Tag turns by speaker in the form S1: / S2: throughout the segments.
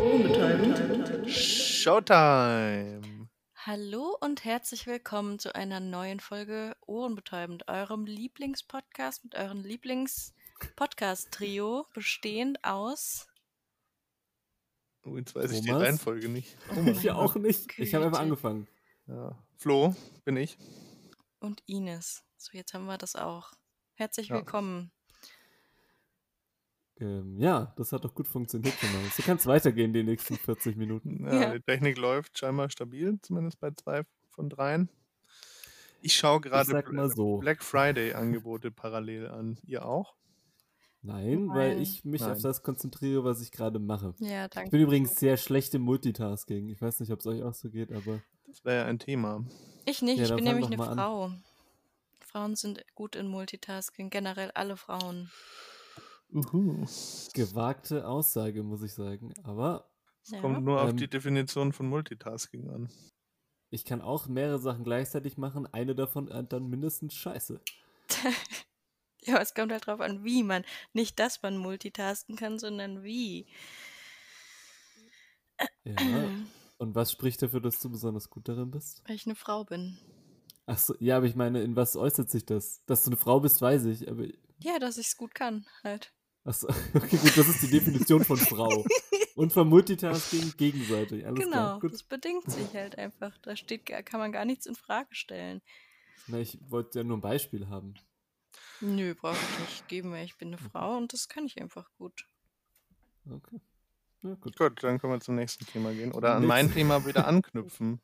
S1: Ungeteilt.
S2: Showtime!
S3: Hallo und herzlich willkommen zu einer neuen Folge Ohrenbetäubend, eurem Lieblingspodcast mit eurem Lieblingspodcast-Trio, bestehend aus.
S2: Oh, jetzt weiß ich die
S4: Thomas?
S2: Reihenfolge nicht.
S4: Ich ja auch nicht. Ich habe einfach
S3: Güte.
S4: angefangen.
S2: Ja. Flo, bin ich.
S3: Und Ines. So, jetzt haben wir das auch. Herzlich
S2: Ja.
S3: willkommen.
S4: Ähm, ja, das hat doch gut funktioniert schon mal. So kann es weitergehen die nächsten 40 Minuten.
S2: Ja,
S3: Ja.
S2: Die Technik läuft scheinbar stabil, zumindest bei zwei von dreien. Ich schaue gerade
S4: sag mal
S2: Bla-
S4: so.
S2: Black Friday-Angebote parallel an. Ihr auch?
S4: Nein,
S3: Nein.
S4: weil ich mich
S2: Nein.
S4: auf das konzentriere, was ich gerade mache.
S3: Ja, danke.
S4: Ich bin übrigens sehr schlecht im Multitasking. Ich weiß nicht, ob es euch auch so geht, aber
S2: Das wäre ja ein Thema.
S3: Ich nicht,
S4: Ja,
S3: ich
S4: dann
S3: bin
S4: fang
S3: nämlich
S4: doch
S3: eine
S4: mal an.
S3: Frau. Frauen sind gut in Multitasking, generell alle Frauen.
S2: Uhu.
S4: gewagte Aussage, muss ich sagen. Aber
S3: Ja.
S2: Kommt nur auf
S4: Ähm.
S2: die Definition von Multitasking an.
S4: ich kann auch mehrere Sachen gleichzeitig machen. Eine davon äh, dann mindestens scheiße.
S3: ja, es kommt halt drauf an, wie man. Nicht, dass man multitasken kann, sondern wie.
S4: Ja. Und was spricht dafür, dass du besonders gut darin bist?
S3: Weil ich eine Frau bin.
S4: Ach so, ja, aber ich meine, in was äußert sich das? Dass du eine Frau bist, weiß ich, aber
S3: Ja, dass ich es gut kann, halt.
S4: Achso, okay, gut, das ist die Definition von Frau. Und von Multitasking gegenseitig. Alles
S3: genau,
S4: klar. Gut.
S3: das bedingt sich halt einfach. Da steht, gar- kann man gar nichts in Frage stellen.
S4: Na, ich wollte ja nur ein Beispiel haben.
S3: Nö, brauche ich nicht geben, weil ich bin eine Frau und das kann ich einfach gut.
S4: Okay. Na gut.
S2: Gut, dann können wir zum nächsten Thema gehen. Oder an
S4: Nix.
S2: mein Thema wieder anknüpfen.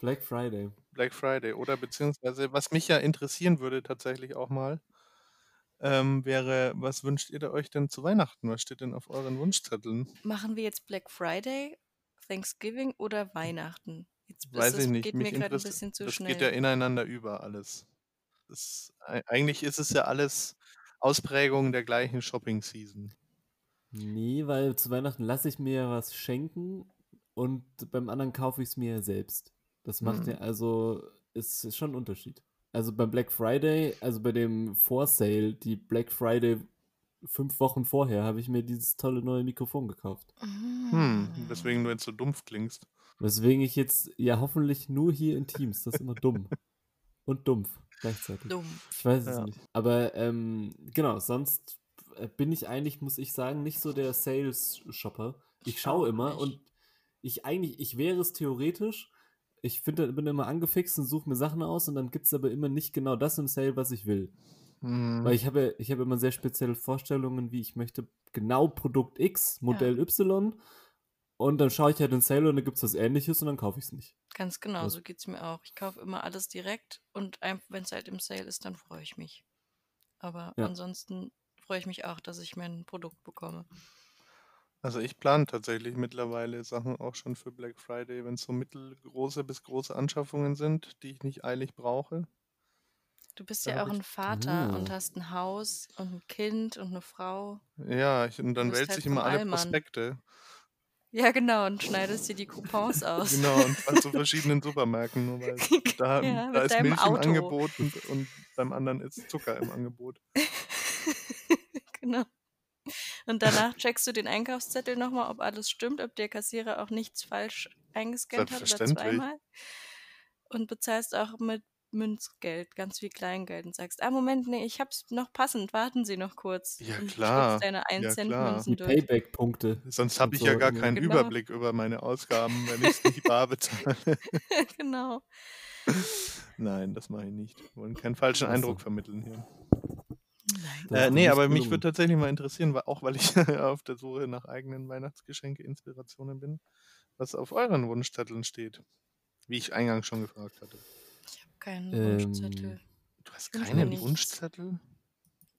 S4: Black Friday.
S2: Black Friday oder beziehungsweise, was mich ja interessieren würde tatsächlich auch mal, ähm, wäre, was wünscht ihr da euch denn zu Weihnachten? Was steht denn auf euren Wunschzetteln?
S3: Machen wir jetzt Black Friday, Thanksgiving oder Weihnachten? Jetzt ist
S2: Weiß
S3: es-
S2: ich nicht.
S3: geht mir gerade ein
S2: interessi-
S3: bisschen zu
S2: das
S3: schnell.
S2: geht ja ineinander über alles. Das, ei- eigentlich ist es ja alles Ausprägung der gleichen Shopping-Season.
S4: Nee, weil zu Weihnachten lasse ich mir ja was schenken und beim anderen kaufe ich es mir selbst. Das macht
S2: Hm.
S4: ja also, ist, ist schon ein Unterschied. Also beim Black Friday, also bei dem Vorsale, die Black Friday fünf Wochen vorher, habe ich mir dieses tolle neue Mikrofon gekauft.
S2: eh- Hm, weswegen du jetzt so dumpf klingst.
S4: Weswegen ich jetzt ja hoffentlich nur hier in Teams, das ist immer dumm. Und dumpf gleichzeitig.
S3: Dumm.
S4: Ich weiß es
S2: Ja.
S4: nicht. Aber ähm, genau, sonst äh, bin ich eigentlich, muss ich sagen, nicht so der Sales-Shopper. Ich schaue immer
S3: nicht.
S4: und ich eigentlich, ich wäre es theoretisch. Ich finde, bin immer angefixt und suche mir Sachen aus und dann gibt es aber immer nicht genau das im Sale, was ich will.
S2: Hm.
S4: Weil ich habe, ja- ich habe immer sehr spezielle Vorstellungen, wie ich möchte genau Produkt X, Modell Y und dann schaue ich halt in Sale und dann gibt es was ähnliches und dann kaufe ich es nicht.
S3: Ganz genau,
S4: Was-
S3: so geht es mir auch. Ich kaufe immer alles direkt und wenn es halt im Sale ist, dann freue ich mich. Aber
S4: Ja.
S3: ansonsten freue ich mich auch, dass ich mein Produkt bekomme.
S2: Also ich plane tatsächlich mittlerweile Sachen auch schon für Black Friday, wenn es so mittelgroße bis große Anschaffungen sind, die ich nicht eilig brauche.
S3: Du bist
S2: Da
S3: ja
S2: hab
S3: auch
S2: ich-
S3: ein Vater
S4: Ah.
S3: und hast ein Haus und ein Kind und eine Frau.
S2: Ja, ich, und dann
S3: bist
S2: wälze
S3: halt
S2: ich immer
S3: vom
S2: alle
S3: Allmann.
S2: Prospekte.
S3: Ja, genau, und schneidest dir die Coupons aus.
S2: Genau, und zwar zu verschiedenen Supermärkten. Nur weil da, da
S3: Ja, mit
S2: ist
S3: deinem
S2: Milch im
S3: Auto.
S2: Angebot und, und beim anderen ist Zucker im Angebot.
S3: genau. Und danach checkst du den Einkaufszettel nochmal, ob alles stimmt, ob der Kassierer auch nichts falsch eingescannt hat oder
S2: Selbstverständlich.
S3: zweimal. Und bezahlst auch mit Münzgeld, ganz viel Kleingeld und sagst, ah Moment, nee, ich hab's noch passend, warten Sie noch kurz.
S2: Ja,
S3: und
S2: klar.
S3: steckst deine 1 Cent
S2: klar.
S3: Münzen
S4: Die
S3: durch.
S4: Payback-Punkte.
S2: Sonst
S4: Und
S2: habe ich ja
S4: so
S2: gar
S4: immer.
S2: keinen
S3: Genau.
S2: Überblick über meine Ausgaben, wenn ich es nicht bar bezahle.
S3: genau.
S2: Nein, das mache ich nicht. Wir wollen keinen falschen
S4: Ach so.
S2: Eindruck vermitteln hier.
S4: Das
S2: äh,
S4: ist
S2: nee,
S4: nicht um
S2: aber mich
S4: gelungen.
S2: würde tatsächlich mal interessieren, weil, auch weil ich auf der Suche nach eigenen Weihnachtsgeschenke-Inspirationen bin, was auf euren Wunschzetteln steht. Wie ich eingangs schon gefragt hatte.
S3: Kein
S4: Ähm,
S3: Wunschzettel.
S2: Du hast
S3: Ich wünsch mir
S2: keinen
S3: nichts.
S2: Wunschzettel?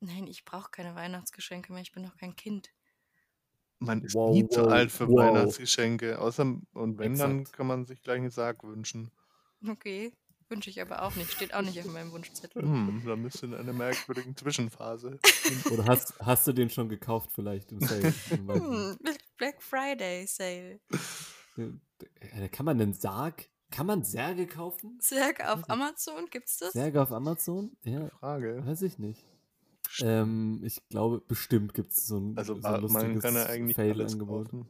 S3: Nein, ich brauche keine Weihnachtsgeschenke mehr, ich bin doch kein Kind.
S2: Man ist
S4: Wow,
S2: nie zu
S4: wow,
S2: alt für
S4: wow.
S2: Weihnachtsgeschenke. Außer, und wenn, dann
S4: Exakt.
S2: kann man sich gleich einen Sarg wünschen.
S3: Okay, wünsche ich aber auch nicht, steht auch nicht auf meinem Wunschzettel.
S2: Hm, dann bist du in einer merkwürdigen Zwischenphase.
S4: Oder hast, hast du den schon gekauft vielleicht im Sale? Man weiß nicht.
S3: Hm, Black Friday Sale.
S4: Äh, da kann man einen Sarg? Kann man Särge kaufen?
S3: Särge
S4: Weiß
S3: auf
S4: ich.
S3: Amazon, gibt's das?
S4: Särge auf Amazon? Ja,
S2: Frage.
S4: weiß ich nicht. Ähm, ich glaube, bestimmt gibt es so ein,
S2: Also
S4: so ein
S2: man kann ja eigentlich alles
S4: Fail-Angebot.
S2: kaufen.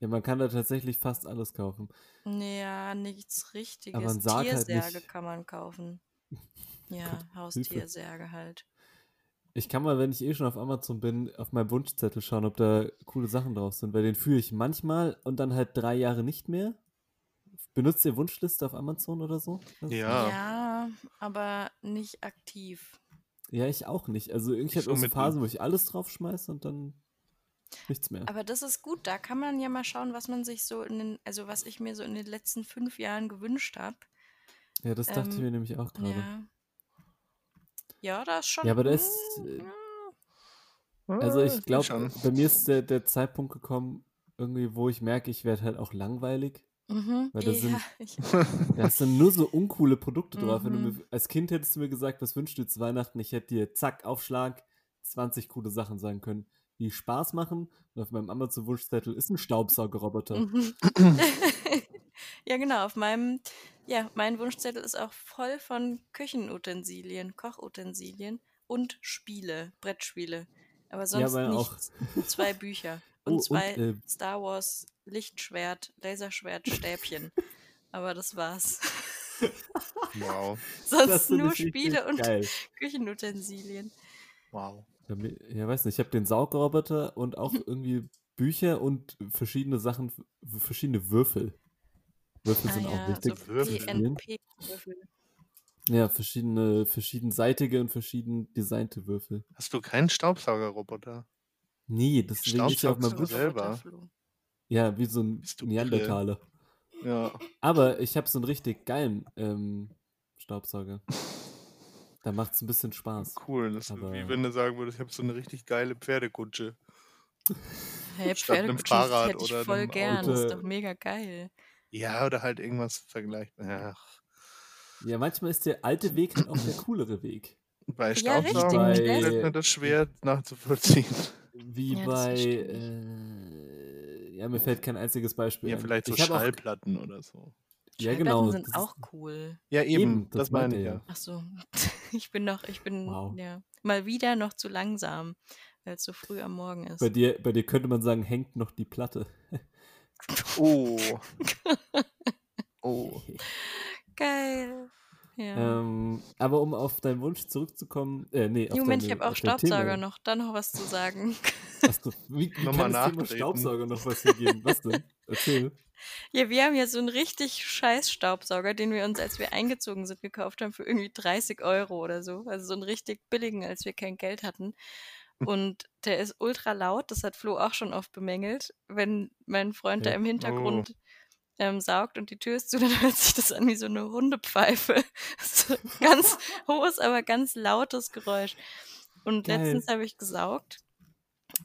S4: Ja, man kann da tatsächlich fast alles kaufen.
S3: Ja, nichts Richtiges.
S4: Aber ein Sarg halt
S3: Tiersärge
S4: nicht.
S3: kann man kaufen. Ja,
S4: Hilfe.
S3: Haustiersärge halt.
S4: Ich kann mal, wenn ich eh schon auf Amazon bin, auf meinem Wunschzettel schauen, ob da coole Sachen drauf sind, weil den führe ich manchmal und dann halt drei Jahre nicht mehr. Benutzt ihr Wunschliste auf Amazon oder so? Das-
S2: Ja.
S3: Ja, aber nicht aktiv.
S4: Ja, ich auch nicht. Also irgendwie
S2: Ich
S4: hat
S2: so
S4: auch so
S2: mitten.
S4: Phasen, wo ich alles drauf schmeiß und dann nichts mehr.
S3: Aber das ist gut, da kann man ja mal schauen, was man sich so in den, also was ich mir so in den letzten fünf Jahren gewünscht habe.
S4: Ja, das dachte ich
S3: ähm,
S4: mir nämlich auch gerade.
S3: Ja. Ja, da ist schon.
S4: Ja, aber da ist,
S3: Mm,
S4: äh,
S3: ja.
S4: Also ich
S2: geht
S4: glaube,
S2: Ah, schon.
S4: bei mir ist der, der Zeitpunkt gekommen, irgendwie, wo ich merke, ich werde halt auch langweilig.
S3: Mhm.
S4: weil da
S3: ja,
S4: sind-
S3: ich,
S4: Da sind nur so uncoole Produkte drauf. Wenn du
S3: Mhm.
S4: mir, als Kind hättest du mir gesagt, was wünschst du dir zu Weihnachten? Ich hätte dir zack, Aufschlag, 20 coole Sachen sagen können, die Spaß machen. Und auf meinem Amazon-Wunschzettel ist ein Staubsaugerroboter.
S3: Mhm. ja, genau. Auf meinem, ja, mein Wunschzettel ist auch voll von Küchenutensilien, Kochutensilien und Spiele, Brettspiele. Aber sonst
S4: meine auch.
S3: nichts. Zwei Bücher und
S4: Oh, und,
S3: zwei
S4: äh,
S3: Star Wars Lichtschwert, Laserschwert, Stäbchen. Aber das war's.
S2: Wow.
S3: Sonst
S4: find
S3: nur
S4: ich richtig
S3: Spiele und
S4: geil.
S3: Küchenutensilien.
S2: Wow.
S4: Bei mir- Ja, weiß nicht, ich habe den Saugroboter und auch irgendwie Bücher und verschiedene Sachen, w- verschiedene Würfel.
S3: Ah
S4: Würfel sind auch wichtig.
S2: so
S4: zum
S2: Würfel.
S4: Spielen.
S3: PNP-Würfel.
S4: Ja, verschiedene, verschiedenseitige und verschieden designte Würfel.
S2: Hast du keinen Staubsaugerroboter?
S4: Nee, das ist auf meinem
S2: Staubsauger-
S4: Wunsch.
S2: selber.
S4: Ja, wie so ein
S2: Bist du
S4: Neandertaler.
S2: Ja.
S4: Aber ich habe so einen richtig geilen ähm, Staubsauger. Da macht es ein bisschen Spaß.
S2: Cool. Das ist
S4: Aber-
S2: wie wenn du sagen würdest, ich habe so eine richtig geile Pferdekutsche.
S3: Hey,
S2: Statt einem
S3: Pferdekutsche
S2: Fahrrad
S3: hätte ich
S2: oder
S3: voll
S2: einem
S3: gern.
S4: Auto.
S3: Das ist doch mega geil.
S2: Ja, oder halt irgendwas vergleichbar. Ach.
S4: Ja, manchmal ist der alte Weg halt auch der coolere Weg.
S2: Bei
S3: Ja, richtig, ne?
S2: Staubsaugern
S4: Bei-
S2: fällt mir das schwer nachzuvollziehen.
S4: Wie
S3: Ja, das
S4: bei.
S3: verstehe ich.
S4: Äh, ja, mir fällt kein einziges Beispiel
S2: Ja,
S4: ein.
S2: vielleicht so
S4: ich hab auch,
S2: Schallplatten oder so.
S4: Ja,
S3: Schallplatten
S4: genau.
S3: sind
S4: das
S3: auch cool.
S2: Ja, eben.
S4: Eben,
S2: das,
S4: das
S2: meine
S4: meinte
S2: ich
S4: er.
S2: ja.
S3: Ach so. Ich bin noch, ich bin
S4: Wow.
S3: ja mal wieder noch zu langsam, weil es so früh am Morgen ist.
S4: Ist, bei, dir, bei dir könnte man sagen, hängt noch die Platte.
S2: Oh. Oh.
S3: Geil. Ja.
S4: ähm, aber um auf deinen Wunsch zurückzukommen. Äh, nee, auf
S3: Äh, Moment, ich
S4: deine-
S3: habe auch
S4: auf dein
S3: Staubsauger
S4: Thema.
S3: noch. Da noch was zu sagen.
S4: Hast du, wie wie
S2: Nochmal
S4: kann das Thema
S2: nachtreten.
S4: Staubsauger noch was hier geben? Was denn? Erzähl.
S3: Ja, wir haben ja so einen richtig scheiß Staubsauger, den wir uns, als wir eingezogen sind, gekauft haben für irgendwie 30 Euro oder so. Also so einen richtig billigen, als wir kein Geld hatten. Und der ist ultra laut, das hat Flo auch schon oft bemängelt. Wenn mein Freund
S4: Ja.
S3: da im Hintergrund ähm, saugt und die Tür ist zu, dann hört sich das an wie so eine Hundepfeife. So ein ganz hohes, aber ganz lautes Geräusch. Und
S4: Geil.
S3: letztens habe ich gesaugt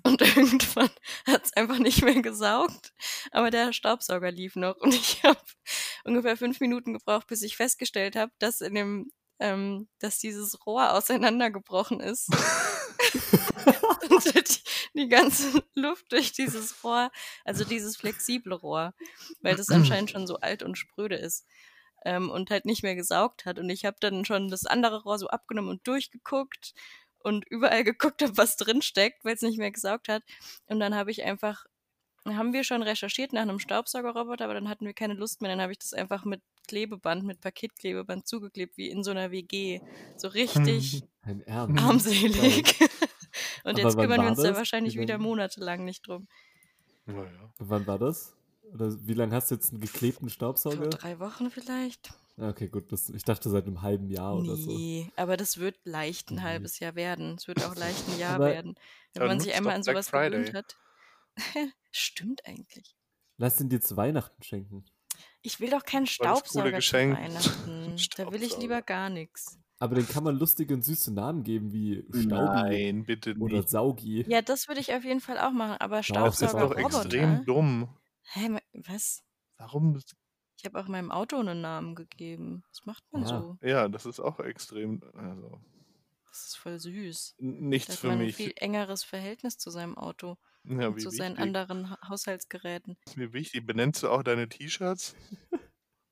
S3: und irgendwann hat es einfach nicht mehr gesaugt, aber der Staubsauger lief noch und ich habe ungefähr fünf Minuten gebraucht, bis ich festgestellt habe, dass in dem, ähm, dass dieses Rohr auseinandergebrochen ist und die, die ganze Luft durch dieses Rohr, also dieses flexible Rohr, weil das anscheinend schon so alt und spröde ist. Ähm, und halt nicht mehr gesaugt hat. Und ich habe dann schon das andere Rohr so abgenommen und durchgeguckt und überall geguckt habe, was drin steckt, weil es nicht mehr gesaugt hat. Und dann habe ich einfach, haben wir schon recherchiert nach einem Staubsaugerroboter, aber dann hatten wir keine Lust mehr. Dann habe ich das einfach mit Klebeband, mit Paketklebeband zugeklebt, wie in so einer WG. So richtig
S4: Ein Ernst.
S3: armselig. Und
S4: Aber
S3: jetzt
S4: wann
S3: kümmern wir
S4: war
S3: uns da
S4: das?
S3: wahrscheinlich
S4: Wie lange?
S3: wieder monatelang nicht drum.
S2: Naja.
S4: Wann war das? Oder wie lange hast du jetzt einen geklebten
S3: Vor
S4: Staubsauger?
S3: drei Wochen vielleicht.
S4: Ah, Okay, gut. Das, ich dachte seit einem halben Jahr oder so.
S3: Nee, aber das wird leicht ein
S4: Nee.
S3: halbes Jahr werden. Es wird auch leicht ein Jahr
S4: Mhm. Aber-
S3: werden. Wenn
S2: Aber
S3: man
S2: nutzt
S3: sich einmal
S2: doch
S3: an
S2: Black
S3: sowas gewöhnt
S2: Friday.
S3: hat. Stimmt eigentlich.
S4: Lass ihn dir zu Weihnachten schenken.
S3: Ich will doch keinen
S2: Voll das coole
S3: Staubsauger zu
S2: Geschenk.
S3: Weihnachten. Da will ich lieber
S2: Staubsauger.
S3: gar nichts.
S4: Aber den kann man lustige und süße Namen geben wie Staubi
S2: Nein, bitte
S4: oder
S2: nicht.
S4: Saugi.
S3: Ja, das würde ich auf jeden Fall auch machen, aber
S4: Das
S2: Das ist doch
S3: Staubsaugerroboter.
S2: extrem dumm.
S3: Hä, ma- was?
S2: Warum?
S3: Ich habe auch meinem Auto einen Namen gegeben. Was macht man
S4: Ja.
S3: so?
S2: Ja, das ist auch extrem. Also,
S3: Das ist voll süß.
S2: n-
S3: Da
S2: nichts
S3: hat
S2: für
S3: man ein
S2: mich.
S3: viel engeres Verhältnis zu seinem Auto
S2: ja,
S3: und
S2: wie,
S3: zu seinen
S2: wichtig,
S3: anderen Ha- Haushaltsgeräten.
S2: wie wichtig. Benennst du auch deine T-Shirts?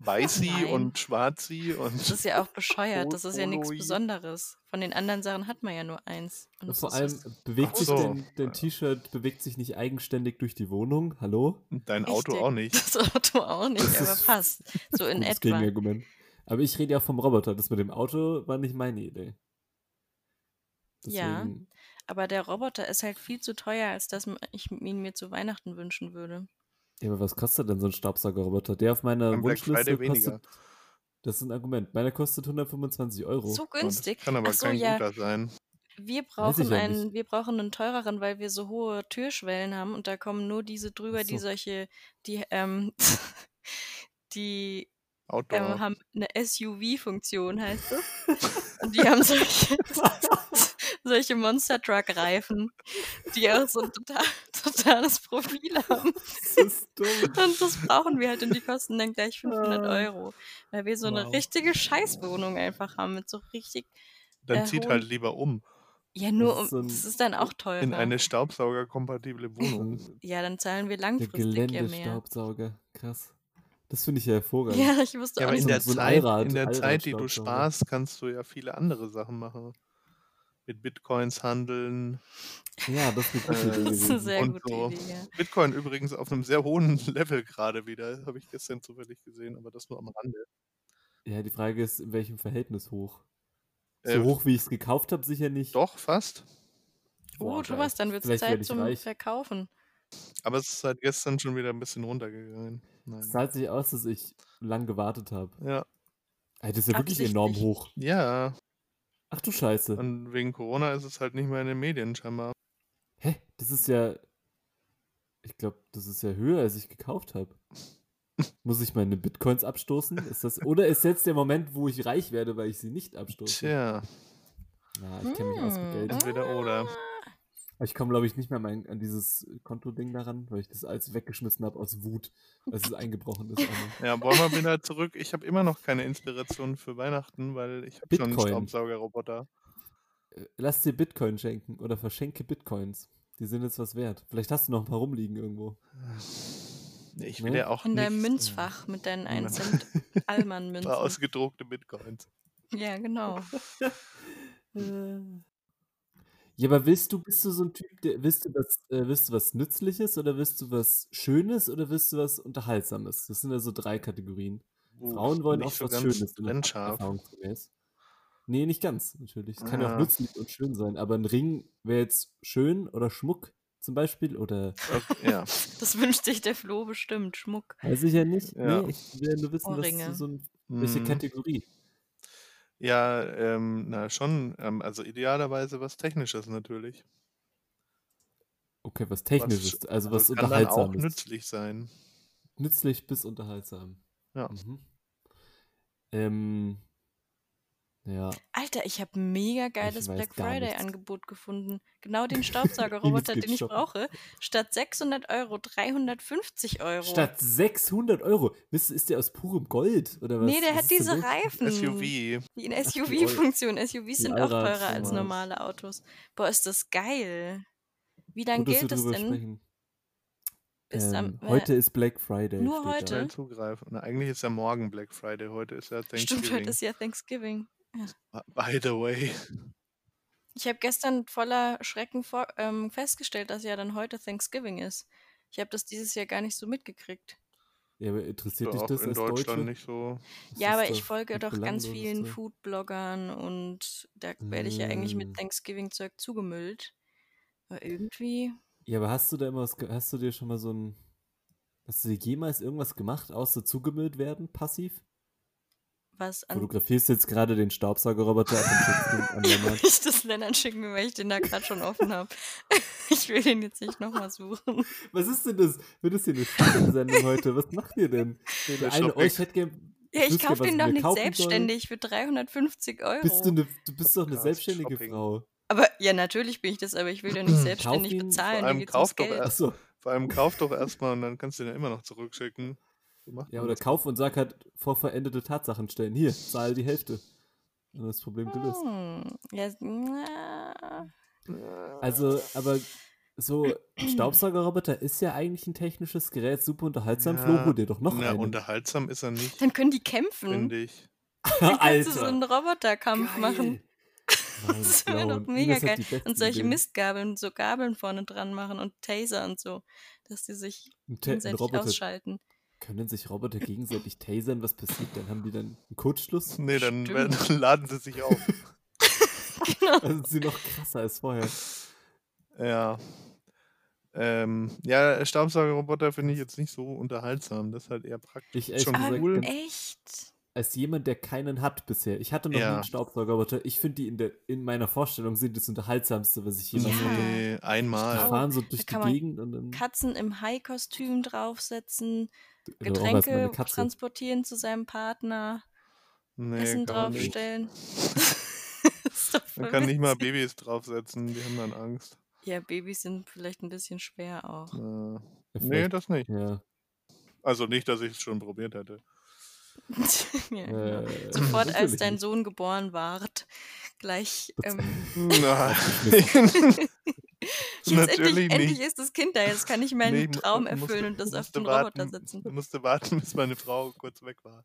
S2: Weißi
S3: Nein.
S2: und Schwarzi und.
S3: Das ist ja auch bescheuert. Das ist ja nichts
S2: Koloi.
S3: Besonderes. Von den anderen Sachen hat man ja nur eins. Und das
S4: Vor
S3: ist
S4: allem
S3: das-
S4: bewegt
S2: Ach
S4: sich
S2: so.
S4: dein, dein T-Shirt bewegt sich nicht eigenständig durch die Wohnung. Hallo?
S2: Dein Auto
S3: Richtig.
S2: auch nicht.
S3: Das Auto auch nicht, aber passt. So in
S4: Gutes
S3: etwa.
S4: Gegenargument. Aber ich rede ja vom Roboter. Das mit dem Auto war nicht meine Idee.
S3: Ja.
S4: Deswegen-
S3: Aber der Roboter ist halt viel zu teuer, als dass m- ich ihn mir zu Weihnachten wünschen würde.
S4: ja. Aber was kostet denn so ein Staubsaugerroboter? Der auf meiner
S2: Am Black Friday
S4: Wunschliste kostet.
S2: weniger.
S4: Das ist ein Argument. Meiner kostet 125 Euro.
S3: So
S2: Ja, Oh das
S3: günstig.
S2: Kann aber
S3: Ach so,
S2: kein
S3: ja.
S2: guter sein.
S3: Wir
S4: ich
S3: brauchen
S4: ja
S3: einen,
S4: nicht.
S3: wir brauchen einen teureren, weil wir so hohe Türschwellen haben und da kommen nur diese drüber,
S4: Ach
S3: die
S4: so.
S3: solche, die, ähm, die
S2: Auto.
S3: ähm, haben eine SUV-Funktion, heißt es. Und die haben solche, solche Monster-Truck-Reifen, die auch so ein total, totales Profil haben.
S4: Das ist dumm.
S3: Und das brauchen wir halt und die kosten dann gleich 500
S4: Ah.
S3: Euro. Weil wir so eine
S4: Wow.
S3: richtige Scheißwohnung einfach haben mit so richtig,
S2: Dann
S3: äh,
S2: zieht
S3: hohen-
S2: halt lieber um
S3: ja nur,
S4: ist
S3: um,
S4: so ein-
S3: das ist dann auch teurer.
S2: in eine staubsaugerkompatible Wohnung.
S3: ja, dann zahlen wir
S4: Der
S3: langfristig ja mehr.
S4: Geländestaubsauger. Krass. Das finde ich ja hervorragend.
S3: Ja, ich wusste
S2: ja,
S3: auch
S2: aber
S3: nicht.
S2: in der,
S4: so ein
S2: Zeit,
S4: Allrad-
S2: in der Zeit, die du
S4: Allradstaubsauger.
S2: sparst, kannst du ja viele andere Sachen machen. Mit Bitcoins handeln.
S4: Ja, das ist eine
S2: Äh,
S4: gute Idee.
S3: Das ist eine
S4: gewesen.
S3: sehr
S2: Und
S3: gute
S2: so.
S3: Idee, ja.
S2: Bitcoin übrigens auf einem sehr hohen Level gerade wieder. Habe ich gestern zufällig gesehen, aber das nur am Rande.
S4: Ja, die Frage ist, in welchem Verhältnis hoch? So
S2: Äh,
S4: hoch, wie ich es gekauft habe, sicher nicht.
S2: Doch, fast.
S3: Oh,
S4: Boah,
S3: Thomas, dann wird es
S4: Vielleicht werd
S3: Zeit
S4: ich
S3: zum
S4: reich.
S3: Verkaufen.
S2: Aber es ist seit gestern schon wieder ein bisschen runtergegangen.
S4: Es
S2: Nein.
S4: zahlt sich aus, dass ich lang gewartet habe.
S2: Ja,
S4: Das ist ja wirklich
S3: Absichtlich.
S4: enorm hoch.
S2: ja.
S4: Ach du Scheiße.
S2: Und wegen Corona ist es halt nicht mehr in den Medien scheinbar.
S4: Hä? Das ist ja. Ich glaube, das ist ja höher, als ich gekauft habe. Muss ich meine Bitcoins abstoßen? Ist das, oder ist jetzt der Moment, wo ich reich werde, weil ich sie nicht abstoße?
S2: Tja,
S4: Na, ich kenne mich aus mit
S3: Hm.
S4: Geld.
S2: entweder oder.
S4: Aber ich komme, glaube ich, nicht mehr mein, an dieses Kontoding daran, weil ich das alles weggeschmissen habe aus Wut, als es eingebrochen ist. Aber
S2: Ja, wollen wir wieder zurück. Ich habe immer noch keine Inspiration für Weihnachten, weil ich habe schon einen
S4: Bitcoin.
S2: Staubsaugerroboter.
S4: äh, lass dir Bitcoin schenken oder verschenke Bitcoins. Die sind jetzt was wert. Vielleicht hast du noch ein paar rumliegen irgendwo.
S2: Nee, Ich will
S4: Ne?
S2: ja auch
S3: In deinem
S2: nicht
S3: Münzfach mit deinen
S2: Nein.
S3: 1 Cent
S2: ein
S3: Allmann-Münzen.
S2: paar ausgedruckte Bitcoins.
S3: Ja, genau.
S4: Ja, aber willst du, bist du so ein Typ, der, willst du was, äh, willst du was Nützliches oder willst du was Schönes oder willst du was Unterhaltsames? Das sind ja so drei Kategorien.
S2: Uh,
S4: Frauen wollen
S2: nicht
S4: oft
S2: so
S4: was
S2: ganz
S4: Schönes. in der
S2: trennscharf.
S4: Erfahrungsgemäß. Nee, nicht ganz, natürlich. Es kann ja
S2: Ah.
S4: auch nützlich und schön sein, aber ein Ring wäre jetzt schön oder Schmuck zum Beispiel oder
S2: Okay, ja.
S3: Das wünscht sich der Flo bestimmt. Schmuck.
S4: weiß ich ja nicht.
S2: Ja.
S4: Nee, ich will nur wissen, was
S3: Ohrringe.
S4: du so ein, welche
S2: Mm.
S4: Kategorie.
S2: Ja, ähm, na schon. Ähm, also idealerweise was Technisches natürlich.
S4: Okay, was Technisches, also was
S2: kann dann auch
S4: Unterhaltsames.
S2: nützlich sein.
S4: Nützlich bis unterhaltsam.
S2: Ja.
S4: Mhm. Ähm, ja.
S3: Alter, ich habe ein mega geiles
S4: weiß
S3: Black
S4: gar nichts.
S3: Friday-Angebot gefunden. Genau den Staubsaugerroboter,
S4: geht's
S3: den ich
S4: shoppen.
S3: brauche. Statt 600 Euro 350 Euro.
S4: Statt 600 Euro. Wisst ihr, ist der aus purem Gold oder was?
S3: nee, der
S4: was
S3: hat
S4: ist denn
S3: diese
S4: los?
S3: Reifen.
S2: SUV.
S3: Die in
S4: die
S3: SUV-Funktion. SUVs
S4: die
S3: sind auch
S4: Allrads-
S3: teurer als
S4: Allrads.
S3: normale Autos. Boah, ist das geil. Wie lange
S4: Gut, dass wir
S3: gilt es
S4: drüber
S3: denn?
S4: sprechen.
S3: Bis am,
S4: Ähm,
S3: äh,
S4: heute ist Black Friday.
S3: nur
S4: steht da.
S3: heute?
S2: Schnell zugreifen. Na, eigentlich ist ja morgen Black Friday. Heute ist ja Thanksgiving.
S3: Stimmt, heute ist ja Thanksgiving.
S2: By the way.
S3: Ich habe gestern voller Schrecken vor, ähm, festgestellt, dass ja dann heute Thanksgiving ist. Ich habe das dieses Jahr gar nicht so mitgekriegt.
S4: Ja, aber interessiert dich
S2: Auch
S4: das
S2: in
S4: als
S2: Deutschland
S4: Deutsche?
S2: nicht so.
S4: Das
S3: ja,
S4: ist
S3: aber
S4: doch
S3: ich folge
S4: mit
S3: doch ganz
S4: Belangloses
S3: vielen
S4: Zeug.
S3: Foodbloggern und da werde ich ja eigentlich mit
S4: Mm.
S3: Thanksgiving-Zeug zugemüllt. Aber irgendwie.
S4: Ja, aber hast du da immer was, ge- hast du dir schon mal so ein, hast du dir jemals irgendwas gemacht, außer zugemüllt werden, passiv?
S3: Was an
S4: Fotografierst jetzt gerade den Staubsaugerroboter ab und schickst ihn an deinen Mann?
S3: ich das Lennart schicken will, weil ich den da gerade schon offen habe. Ich will den jetzt nicht nochmal suchen.
S4: Was ist denn das? Wird das hier eine Sendung heute? Was macht ihr denn? Der eine
S2: Shopping.
S4: euch hätte gern.
S3: Ja, ich
S4: wisst ihr,
S3: kaufe
S4: was
S3: den
S4: mir
S3: doch nicht
S4: kaufen soll?
S3: selbstständig für 350 Euro.
S4: Bist du, eine, du bist doch eine
S2: Podcast,
S4: selbstständige
S2: Shopping.
S4: Frau.
S3: aber ja, natürlich bin ich das, aber ich will den nicht selbstständig
S4: ihn, vor
S3: bezahlen.
S2: allem
S3: Mir geht's
S2: kauf doch
S3: ums Geld.
S2: erst-
S4: Achso.
S2: Vor allem kauf doch erstmal und dann kannst du den ja immer noch zurückschicken. So macht
S4: Ja,
S2: man
S4: oder
S2: das.
S4: kauf und sag halt vor vollendete Tatsachen stellen. Hier, zahl die Hälfte. Und das Problem gelöst.
S3: Hm, ja, Hm, na,
S4: Also, aber so Staubsaugerroboter ist ja eigentlich ein technisches Gerät, super unterhaltsam.
S2: Ja,
S4: Flo, hol dir doch noch
S2: Na,
S4: einen.
S2: unterhaltsam ist er nicht,
S3: Dann können die kämpfen.
S2: finde ich.
S3: Dann kannst du so einen Roboterkampf machen Das wäre doch mega geil. und solche
S4: Mist.
S3: Mistgabeln, so Gabeln vorne dran machen und Taser und so, dass die sich
S4: Ein Ta- ein
S3: gegenseitig
S4: Roboter,
S3: ausschalten.
S4: können sich Roboter gegenseitig tasern? Was passiert dann? Haben die dann einen Kurzschluss?
S2: Nee, dann,
S3: Stimmt.
S2: werden- laden sie sich auf.
S4: Dann sind Also, sie noch krasser als vorher.
S2: ja. Ähm, ja, Staubsaugerroboter finde ich jetzt nicht so unterhaltsam. Das ist halt eher praktisch.
S4: Ich echt
S2: Schon
S4: gesagt,
S2: cool.
S4: ganz-
S3: Ah, Echt?
S4: als jemand, der keinen hat bisher. Ich hatte noch
S2: Ja.
S4: nie einen Staubsaugerroboter. Ich finde die in, der, in meiner Vorstellung sind das unterhaltsamste, was ich jemals
S3: Ja.
S4: hatte.
S2: Nee,
S4: Die
S2: einmal.
S3: Staub-
S4: fahren so durch
S3: kann
S4: die
S3: man
S4: Gegend und dann
S3: Katzen im Hai-Kostüm draufsetzen,
S4: Oder auch als meine
S3: Getränke
S4: Katze.
S3: transportieren zu seinem Partner,
S2: Nee,
S3: Essen
S2: kann man nicht.
S3: draufstellen. Ist doch voll
S2: Man kann nicht mal
S3: witzig.
S2: Babys draufsetzen, die haben dann Angst.
S3: Ja, Babys sind vielleicht ein bisschen schwer auch.
S2: Äh,
S4: Ja,
S2: nee,
S4: vielleicht-
S2: das nicht.
S4: ja.
S2: Also nicht, dass ich es schon probiert hätte.
S3: ja, genau.
S4: Äh,
S3: Sofort, als
S4: natürlich
S3: dein
S4: nicht.
S3: Sohn geboren ward, gleich. Ähm,
S2: Nein.
S3: jetzt endlich, endlich ist das Kind da, jetzt kann ich meinen
S2: Nee, ich mu-
S3: Traum
S2: musste-
S3: erfüllen und das auf
S2: musste
S3: den
S2: warten,
S3: Roboter setzen.
S2: musste warten, bis meine Frau kurz weg war.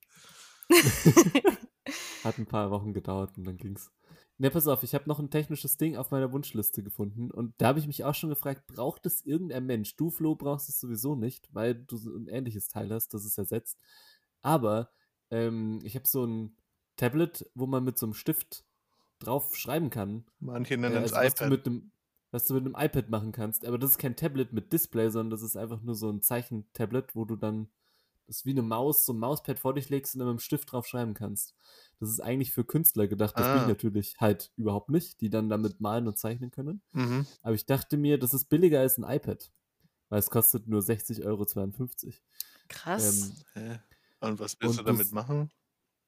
S4: Hat ein paar Wochen gedauert und dann ging's. Ne, pass auf, ich habe noch ein technisches Ding auf meiner Wunschliste gefunden und da habe ich mich auch schon gefragt, braucht es irgendein Mensch? Du, Flo, brauchst es sowieso nicht, weil du so ein ähnliches Teil hast, das es ersetzt. Aber ähm, ich habe so ein Tablet, wo man mit so einem Stift drauf schreiben kann.
S2: Manche
S4: Äh,
S2: nennen es
S4: also was, du
S2: iPad.
S4: mit einem, was du mit einem iPad machen kannst. Aber das ist kein Tablet mit Display, sondern das ist einfach nur so ein Zeichentablet, wo du dann das wie eine Maus, so ein Mauspad vor dich legst und dann mit dem Stift drauf schreiben kannst. Das ist eigentlich für Künstler gedacht. Das bin
S2: Ah.
S4: ich natürlich halt überhaupt nicht, die dann damit malen und zeichnen können.
S2: Mhm.
S4: Aber ich dachte mir, das ist billiger als ein iPad. Weil es kostet nur 60,52 Euro.
S3: Krass.
S4: Ähm,
S2: Hä? Und was willst
S4: Und
S2: du damit
S4: das-
S2: machen?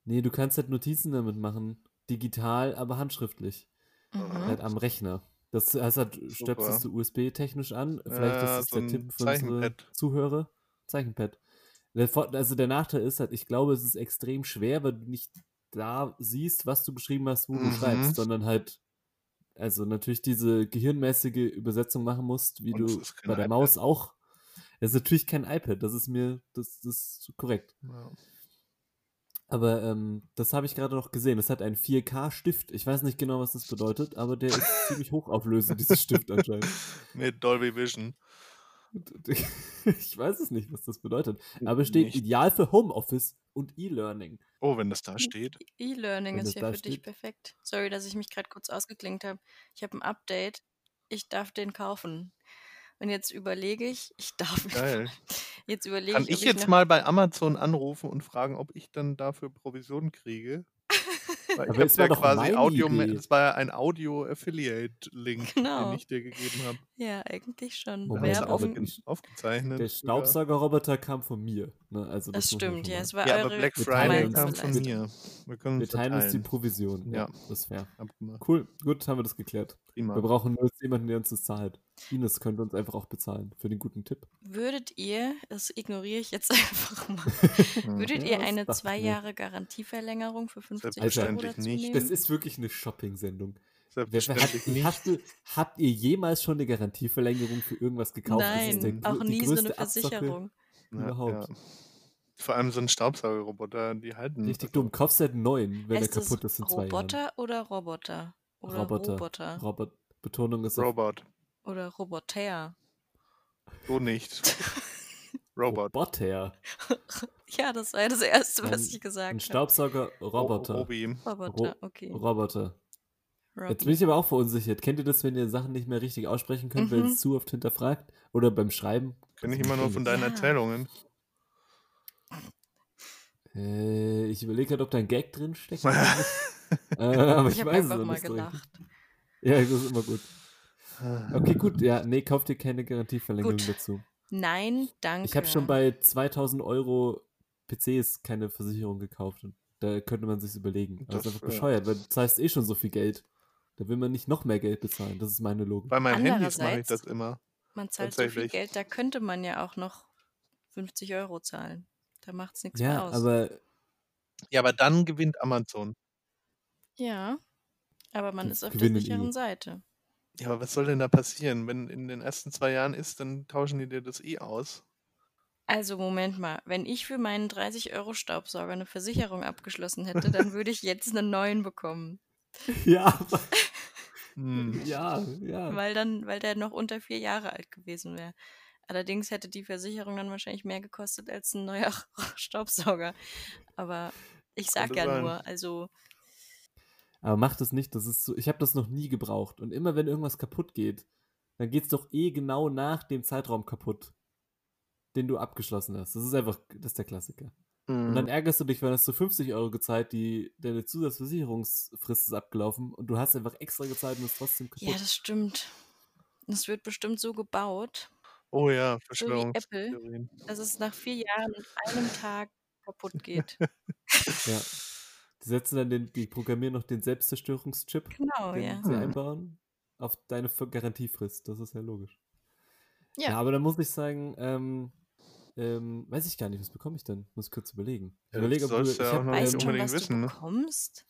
S4: nee, du kannst halt Notizen damit machen. Digital, aber handschriftlich.
S3: mhm.
S4: Halt am Rechner. Das heißt halt,
S2: Super.
S4: stöpselst du USB-technisch an. Vielleicht
S2: Ja,
S4: ist das
S2: so
S4: der
S2: ein
S4: Tipp für unsere
S2: Zeichenpad.
S4: Zuhörer. Zeichenpad. Der Vor- Also der Nachteil ist halt, ich glaube, es ist extrem schwer, weil du nicht da siehst, was du geschrieben hast, wo du
S2: Mhm.
S4: schreibst, sondern halt, also natürlich diese gehirnmäßige Übersetzung machen musst, wie
S2: Und es
S4: du
S2: ist kein
S4: bei der
S2: iPad.
S4: Maus auch. Das ist natürlich kein iPad, das ist mir, das, das ist korrekt.
S2: Ja.
S4: Aber ähm, das habe ich gerade noch gesehen. Das hat einen 4K-Stift. Ich weiß nicht genau, was das bedeutet, aber der ist ziemlich hochauflösend, dieser Stift anscheinend.
S2: Mit Dolby Vision.
S4: Ich weiß es nicht, was das bedeutet. Aber es steht
S2: Nicht.
S4: ideal für Homeoffice und E-Learning.
S2: Oh, wenn das da steht.
S3: E-Learning
S4: Wenn
S3: ist
S4: das
S3: ja
S4: da
S3: für dich
S4: steht.
S3: perfekt. Sorry, dass ich mich gerade kurz ausgeklinkt habe. Ich habe ein Update. Ich darf den kaufen. Und jetzt überlege ich, ich darf.
S2: Geil.
S3: Jetzt überlege
S2: Kann
S3: ich, ne ob
S2: ich jetzt
S3: noch-
S2: mal bei Amazon anrufen und fragen, ob ich dann dafür Provision kriege? Weil ich
S4: Aber
S2: habe
S4: es war
S2: ja
S4: doch
S2: quasi
S4: meine
S2: Audio,
S4: Idee.
S2: das war ja ein Audio-Affiliate-Link,
S3: Genau.
S2: den ich dir gegeben habe.
S3: Ja, eigentlich schon.
S4: Moment,
S2: Werbung
S4: aber
S3: Werbung.
S4: den-
S2: aufge aufgezeichnet.
S4: Der
S2: sogar.
S4: Staubsaugerroboter kam von mir. Ne? Also das
S3: Das
S4: muss man
S3: stimmt,
S4: schon
S3: ja.
S4: mal-
S3: Es war
S2: Ja, aber
S3: eure
S2: Black
S4: Wir
S2: Friday
S4: teilen
S2: kam
S4: uns-
S2: von
S4: wir-
S2: mir. Wir können
S4: Wir
S2: uns
S4: teilen uns die
S2: verteilen.
S4: Provision. Hm, Ja,
S2: Ja.
S4: das ist fair.
S2: Abgemacht.
S4: Cool, gut, haben wir das geklärt. Wir
S2: Prima.
S4: brauchen nur jetzt jemanden, der uns das zahlt. Ines könnte uns einfach auch bezahlen für den guten Tipp.
S3: Würdet ihr, das ignoriere ich jetzt einfach mal, würdet
S4: Ja,
S3: ihr
S4: das
S3: eine
S4: dachte ich
S3: zwei
S4: mir.
S3: Jahre Garantieverlängerung für 50 Euro
S2: Selbstverständlich
S3: dazu
S2: nicht.
S3: nehmen?
S4: Das ist wirklich eine Shopping-Sendung. Wer, wer hat,
S2: Selbstverständlich nicht.
S4: hast du, habt ihr jemals schon eine Garantieverlängerung für irgendwas gekauft? Das ist der
S3: Nein,
S4: gr-
S3: auch
S4: die
S3: nie so eine
S4: größte Abzocke.
S3: Versicherung.
S2: Ja,
S4: überhaupt.
S2: Ja. Vor allem so ein Staubsaugerroboter, die halten. also
S4: Richtig dumm. Kaufst halt einen neuen, wenn
S3: heißt
S4: er kaputt
S3: es
S4: ist in zwei
S3: Roboter oder Roboter? Oder
S4: Roboter.
S3: Roboter.
S4: Jahren. Robert, Betonung ist auf
S2: Robot.
S3: Oder Roboter.
S2: Du nicht. Robot.
S4: Roboter.
S3: Ja, das war ja das Erste, was
S4: Ein-
S3: ich
S4: Ein
S3: gesagt habe.
S4: Staubsauger-Roboter.
S2: Robi.
S3: Roboter, okay.
S4: Roboter. Jetzt bin
S3: Robbie.
S4: ich aber auch verunsichert. Kennt ihr das, wenn ihr Sachen nicht mehr richtig aussprechen könnt, weil ihr
S3: Mhm.
S4: es zu oft hinterfragt? Oder beim Schreiben?
S2: Kenne ich immer nur von deinen
S3: Ja.
S2: Erzählungen.
S4: Äh, ich überlege gerade, ob da ein Gag drin steckt. äh, aber ich,
S3: Ich habe
S4: weiß es
S3: einfach
S4: noch
S3: mal
S4: nicht so richtig.
S3: gelacht.
S4: Ja, das ist immer gut.
S2: Ah.
S4: Okay, gut. Ja, nee, kauf dir keine Garantieverlängerung
S3: Gut.
S4: dazu.
S3: Nein, danke.
S4: Ich habe schon bei 2000 Euro PCs keine Versicherung gekauft. Und da könnte man sich überlegen. Aber das ist
S2: Das- ja.
S4: einfach bescheuert, weil du zahlst eh schon so viel Geld. Da will man nicht noch mehr Geld bezahlen. Das ist meine Logik.
S2: Bei meinen Handys mache ich
S3: Andererseits-
S2: das immer.
S3: Man zahlt so viel
S2: Tatsächlich.
S3: Geld, da könnte man ja auch noch 50 Euro zahlen. Da macht's nichts mehr
S4: Ja,
S3: aus.
S4: aber
S2: Ja, aber dann gewinnt Amazon.
S3: ja, aber man
S4: Die
S3: ist auf der
S4: gewinnen eh.
S3: sicheren Seite.
S2: Ja, aber was soll denn da passieren? Wenn in den ersten zwei Jahren ist, dann tauschen die dir das eh aus.
S3: Also Moment mal, wenn ich für meinen 30-Euro-Staubsauger eine Versicherung abgeschlossen hätte, dann würde ich jetzt einen neuen bekommen.
S4: Ja, aber-
S2: Hm.
S4: ja, ja.
S3: Weil dann, weil der noch unter vier Jahre alt gewesen wäre. Allerdings hätte die Versicherung dann wahrscheinlich mehr gekostet als ein neuer Staubsauger. Aber ich sag
S2: Könnte
S3: ja
S2: sein.
S3: nur, also
S4: Aber mach das nicht, das ist so, ich habe das noch nie gebraucht. Und immer wenn irgendwas kaputt geht, dann geht's doch eh genau nach dem Zeitraum kaputt, den du abgeschlossen hast. Das ist einfach, das ist der Klassiker.
S2: Hm.
S4: Und
S3: Mhm.
S4: dann ärgerst du dich, weil hast du 50 Euro gezahlt, die, deine Zusatzversicherungsfrist ist abgelaufen und du hast einfach extra gezahlt und ist trotzdem kaputt.
S3: ja, das stimmt. Das wird bestimmt so gebaut,
S2: Oh ja,
S3: so wie
S2: Verschwörungstheorien.
S3: Apple, dass es nach vier Jahren und einem Tag kaputt geht.
S4: Ja. Die setzen dann den, die programmieren noch den Selbstzerstörungschip,
S3: Genau,
S4: den
S3: ja.
S4: sie
S2: Hm.
S4: einbauen, auf deine Ver- Garantiefrist. Das ist ja logisch.
S3: Ja.
S4: aber dann muss ich sagen, ähm, ähm, weiß ich gar nicht, was bekomme ich denn? Muss ich kurz überlegen. Ich
S2: Ja,
S4: überlege,
S2: das
S4: ob du,
S2: sollst
S4: ich
S2: du ja auch
S4: hab,
S2: noch
S3: Weißt
S2: nicht
S3: schon,
S2: unbedingt
S3: was
S2: wissen,
S3: du
S2: ne?
S3: bekommst?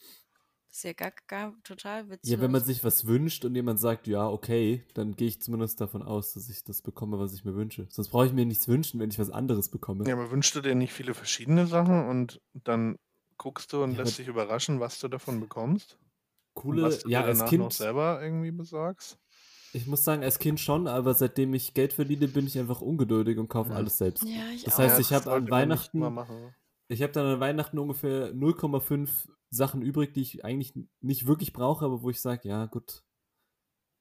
S3: Das ist ja gar, gar total witzlos.
S4: ja, wenn man sich was wünscht und jemand sagt, ja, okay, dann gehe ich zumindest davon aus, dass ich das bekomme, was ich mir wünsche. Sonst brauche ich mir nichts wünschen, wenn ich was anderes bekomme.
S2: Ja, aber wünschst du dir nicht viele verschiedene Sachen und dann guckst du und
S4: Ja, aber-
S2: lässt dich überraschen, was du davon bekommst? Und
S4: Coole,
S2: was du
S4: ja,
S2: dir
S4: als
S2: danach noch
S4: Kind,
S2: selber irgendwie besorgst?
S4: ich muss sagen, als Kind schon, aber seitdem ich Geld verdiene, bin ich einfach ungeduldig und kaufe
S2: Ja.
S4: alles selbst.
S3: ja, ich
S4: das
S3: auch.
S4: heißt,
S2: Ja,
S4: ich
S2: das
S4: hab an
S2: sollte man nicht
S4: Weihnachten-
S2: immer machen.
S4: Ich habe dann an Weihnachten ungefähr 0,5 Sachen übrig, die ich eigentlich n- nicht wirklich brauche, aber wo ich sage, ja gut,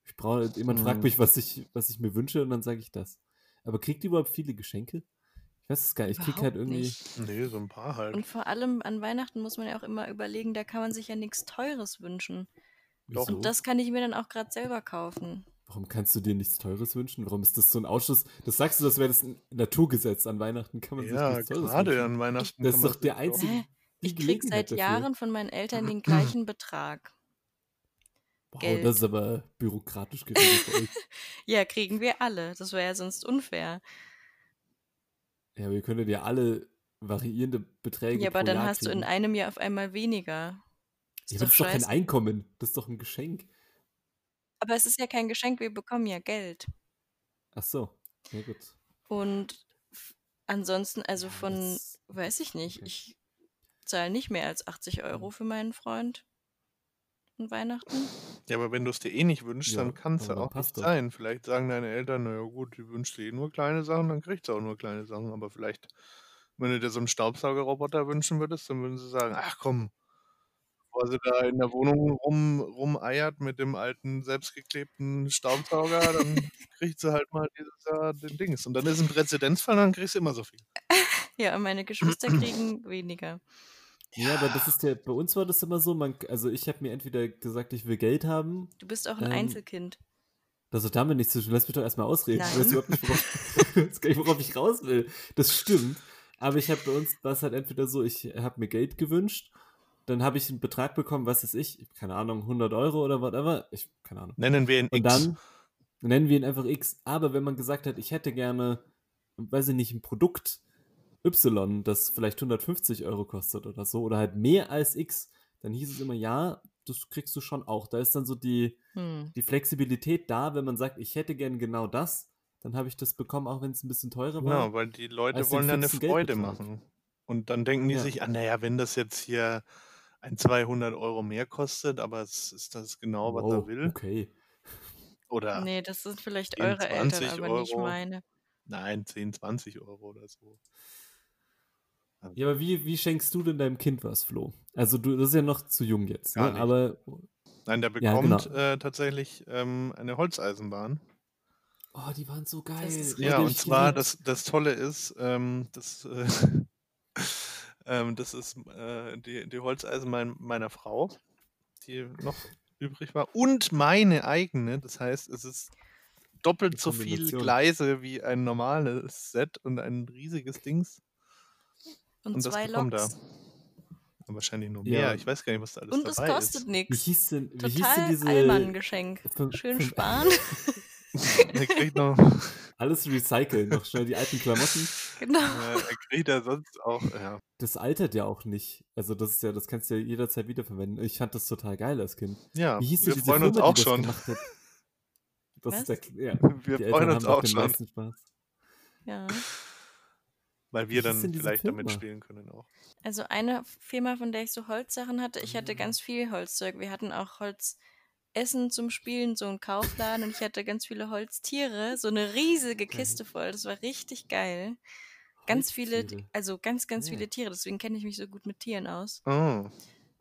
S4: ich brauche, jemand fragt
S2: Mhm.
S4: mich, was ich, was ich mir wünsche und dann sage ich das. Aber kriegt ihr überhaupt viele Geschenke? Ich weiß es gar nicht. Ich krieg
S3: Überhaupt
S4: halt irgendwie.
S3: nicht.
S2: Nee, so ein paar halt.
S3: Und vor allem an Weihnachten muss man ja auch immer überlegen, da kann man sich ja nichts Teures wünschen.
S2: Doch.
S4: Wieso?
S3: Und das kann ich mir dann auch gerade selber kaufen.
S4: Warum kannst du dir nichts Teures wünschen? Warum ist das so ein Ausschuss? Das sagst du, das wäre das ein Naturgesetz. An Weihnachten kann man sich
S2: Ja,
S4: nichts Teures
S2: gerade
S4: wünschen.
S2: an Weihnachten.
S4: Das
S2: kann
S4: ist
S2: man
S4: doch der
S2: sich
S4: einzige.
S3: Hä?
S4: die
S3: Ich krieg
S4: Gelegenheit
S3: seit
S4: dafür.
S3: Jahren von meinen Eltern den gleichen Betrag.
S4: Wow,
S3: Geld.
S4: das ist aber bürokratisch geregelt. bei euch.
S3: Ja, kriegen wir alle. Das wäre ja sonst unfair.
S4: ja, aber ihr könntet ja alle variierende Beträge.
S3: Ja, aber
S4: pro
S3: dann
S4: Jahr
S3: hast du
S4: kriegen.
S3: in einem Jahr auf einmal weniger. Ist
S4: Ja,
S3: doch
S4: aber das ist doch kein
S3: scheiße.
S4: Einkommen. Das ist doch ein Geschenk.
S3: Aber es ist ja kein Geschenk, wir bekommen ja Geld.
S4: Ach so. Ja, gut.
S3: Und f- ansonsten, also
S4: Ja,
S3: von,
S4: das-
S3: weiß ich nicht,
S4: okay.
S3: ich zahle nicht mehr als 80 Euro für meinen Freund an Weihnachten.
S2: Ja, aber wenn du es dir eh nicht wünschst,
S4: Ja,
S2: dann kann es
S4: aber
S2: ja
S4: dann
S2: auch
S4: passt
S2: nicht
S4: doch.
S2: sein. Vielleicht sagen deine Eltern, naja gut, du wünschst dir eh nur kleine Sachen, dann kriegst du auch nur kleine Sachen. Aber vielleicht, wenn du dir so einen Staubsaugerroboter wünschen würdest, dann würden sie sagen, ach komm, bevor sie da in der Wohnung rum, rumeiert mit dem alten, selbstgeklebten Staubsauger, dann kriegst du halt mal dieses Jahr den Dings. Und dann ist ein Präzedenzfall, dann kriegst du immer so viel.
S3: Ja, und meine Geschwister kriegen weniger.
S4: Ja, aber das ist ja, bei uns war das immer so, man, also ich habe mir entweder gesagt, ich will Geld haben,
S3: Du bist auch ein
S4: Ähm,
S3: Einzelkind.
S4: das ist doch damit nichts zwischen, lass mich doch erstmal ausreden. Ich weiß
S3: Nein.
S4: überhaupt nicht, worauf, ich weiß gar nicht, worauf ich raus will. Das stimmt. Aber ich habe bei uns, war es halt entweder so, ich habe mir Geld gewünscht, dann habe ich einen Betrag bekommen, was ist ich, keine Ahnung, 100 Euro oder whatever, ich, keine Ahnung.
S2: Nennen wir ihn
S4: Und
S2: X.
S4: dann nennen wir ihn einfach X. Aber wenn man gesagt hat, ich hätte gerne, weiß ich nicht, ein Produkt Y, das vielleicht 150 Euro kostet oder so, oder halt mehr als X, dann hieß es immer, ja, das kriegst du schon auch. Da ist dann so die,
S3: Hm.
S4: die Flexibilität da, wenn man sagt, ich hätte gerne genau das, dann habe ich das bekommen, auch wenn es ein bisschen teurer war.
S2: Genau, weil die Leute
S4: als den
S2: wollen ja eine
S4: fixen
S2: Freude
S4: Geldbetrag.
S2: machen. Und dann denken die
S4: Ja.
S2: sich, ah, naja, wenn das jetzt hier ein 200 Euro mehr kostet, aber es ist das genau, was er
S4: wow,
S2: will.
S4: okay.
S2: Oder
S3: Nee, das sind vielleicht
S2: 10,
S3: eure Eltern,
S2: 20
S3: aber nicht
S2: Euro.
S3: meine.
S2: nein, 10, 20 Euro oder so.
S4: Ja, aber wie, wie schenkst du denn deinem Kind was, Flo? Also du, das ist ja noch zu jung jetzt,
S2: Gar
S4: ne?
S2: nicht.
S4: Aber
S2: Nein, der
S4: Ja, genau.
S2: bekommt äh, tatsächlich ähm, eine Holzeisenbahn.
S4: Oh, die waren so geil.
S3: Das ist
S4: Oh,
S2: Ja,
S4: die hab
S2: und
S4: ich
S2: zwar,
S4: geliebt.
S2: das, das Tolle ist, ähm, das, äh, ähm, das ist äh, die, die Holzeisenbahn meiner Frau, die noch übrig war, und meine eigene. Das heißt, es ist doppelt
S4: Eine
S2: so viel
S4: Kombination.
S2: Gleise wie ein normales Set und ein riesiges Dings.
S3: Und,
S2: Und das
S3: zwei
S2: bekommt er.
S3: Loks.
S2: Aber wahrscheinlich nur
S4: Ja.
S2: mehr. Ich weiß gar nicht, was da alles
S3: Und es
S2: dabei
S3: kostet
S4: Wie
S3: nichts.
S4: hieß denn, wie hieß denn
S3: Total
S4: diese.
S3: Allmann-Geschenk.
S4: Fünf-
S3: Schön
S4: fünf-
S3: sparen.
S2: ist. Er kriegt noch, äh,
S4: Alles recyceln, noch schnell die alten Klamotten.
S3: genau.
S2: äh, er kriegt ja sonst auch, ja.
S4: Das altert ja auch nicht. Also, das ist ja, das kannst du ja jederzeit wiederverwenden. Ich fand das total geil als Kind.
S2: Ja,
S4: Wie hieß denn
S2: wir
S4: diese
S2: freuen uns
S4: Firma,
S2: auch
S4: die das
S2: schon.
S4: gemacht hat? Das
S3: Was?
S4: ist der, ja.
S2: Wir
S4: die
S2: freuen
S4: Eltern
S2: uns
S4: haben auch
S2: auch
S4: den
S2: schon,
S4: meisten Spaß.
S3: Ja.
S2: weil wir
S4: Was ist
S2: dann
S4: denn diese
S2: vielleicht damit
S4: Firma?
S2: spielen können auch.
S3: Also eine Firma, von der ich so Holzsachen hatte, ich hatte
S4: Ah.
S3: ganz viel Holzzeug. Wir hatten auch Holzessen zum Spielen, so einen Kaufladen und ich hatte ganz viele Holztiere, so eine riesige
S4: Geil.
S3: Kiste voll. Das war richtig geil. Ganz viele,
S4: Holztiere.
S3: also ganz, ganz
S4: Ah.
S3: viele Tiere, deswegen kenne ich mich so gut mit Tieren aus.
S2: Oh,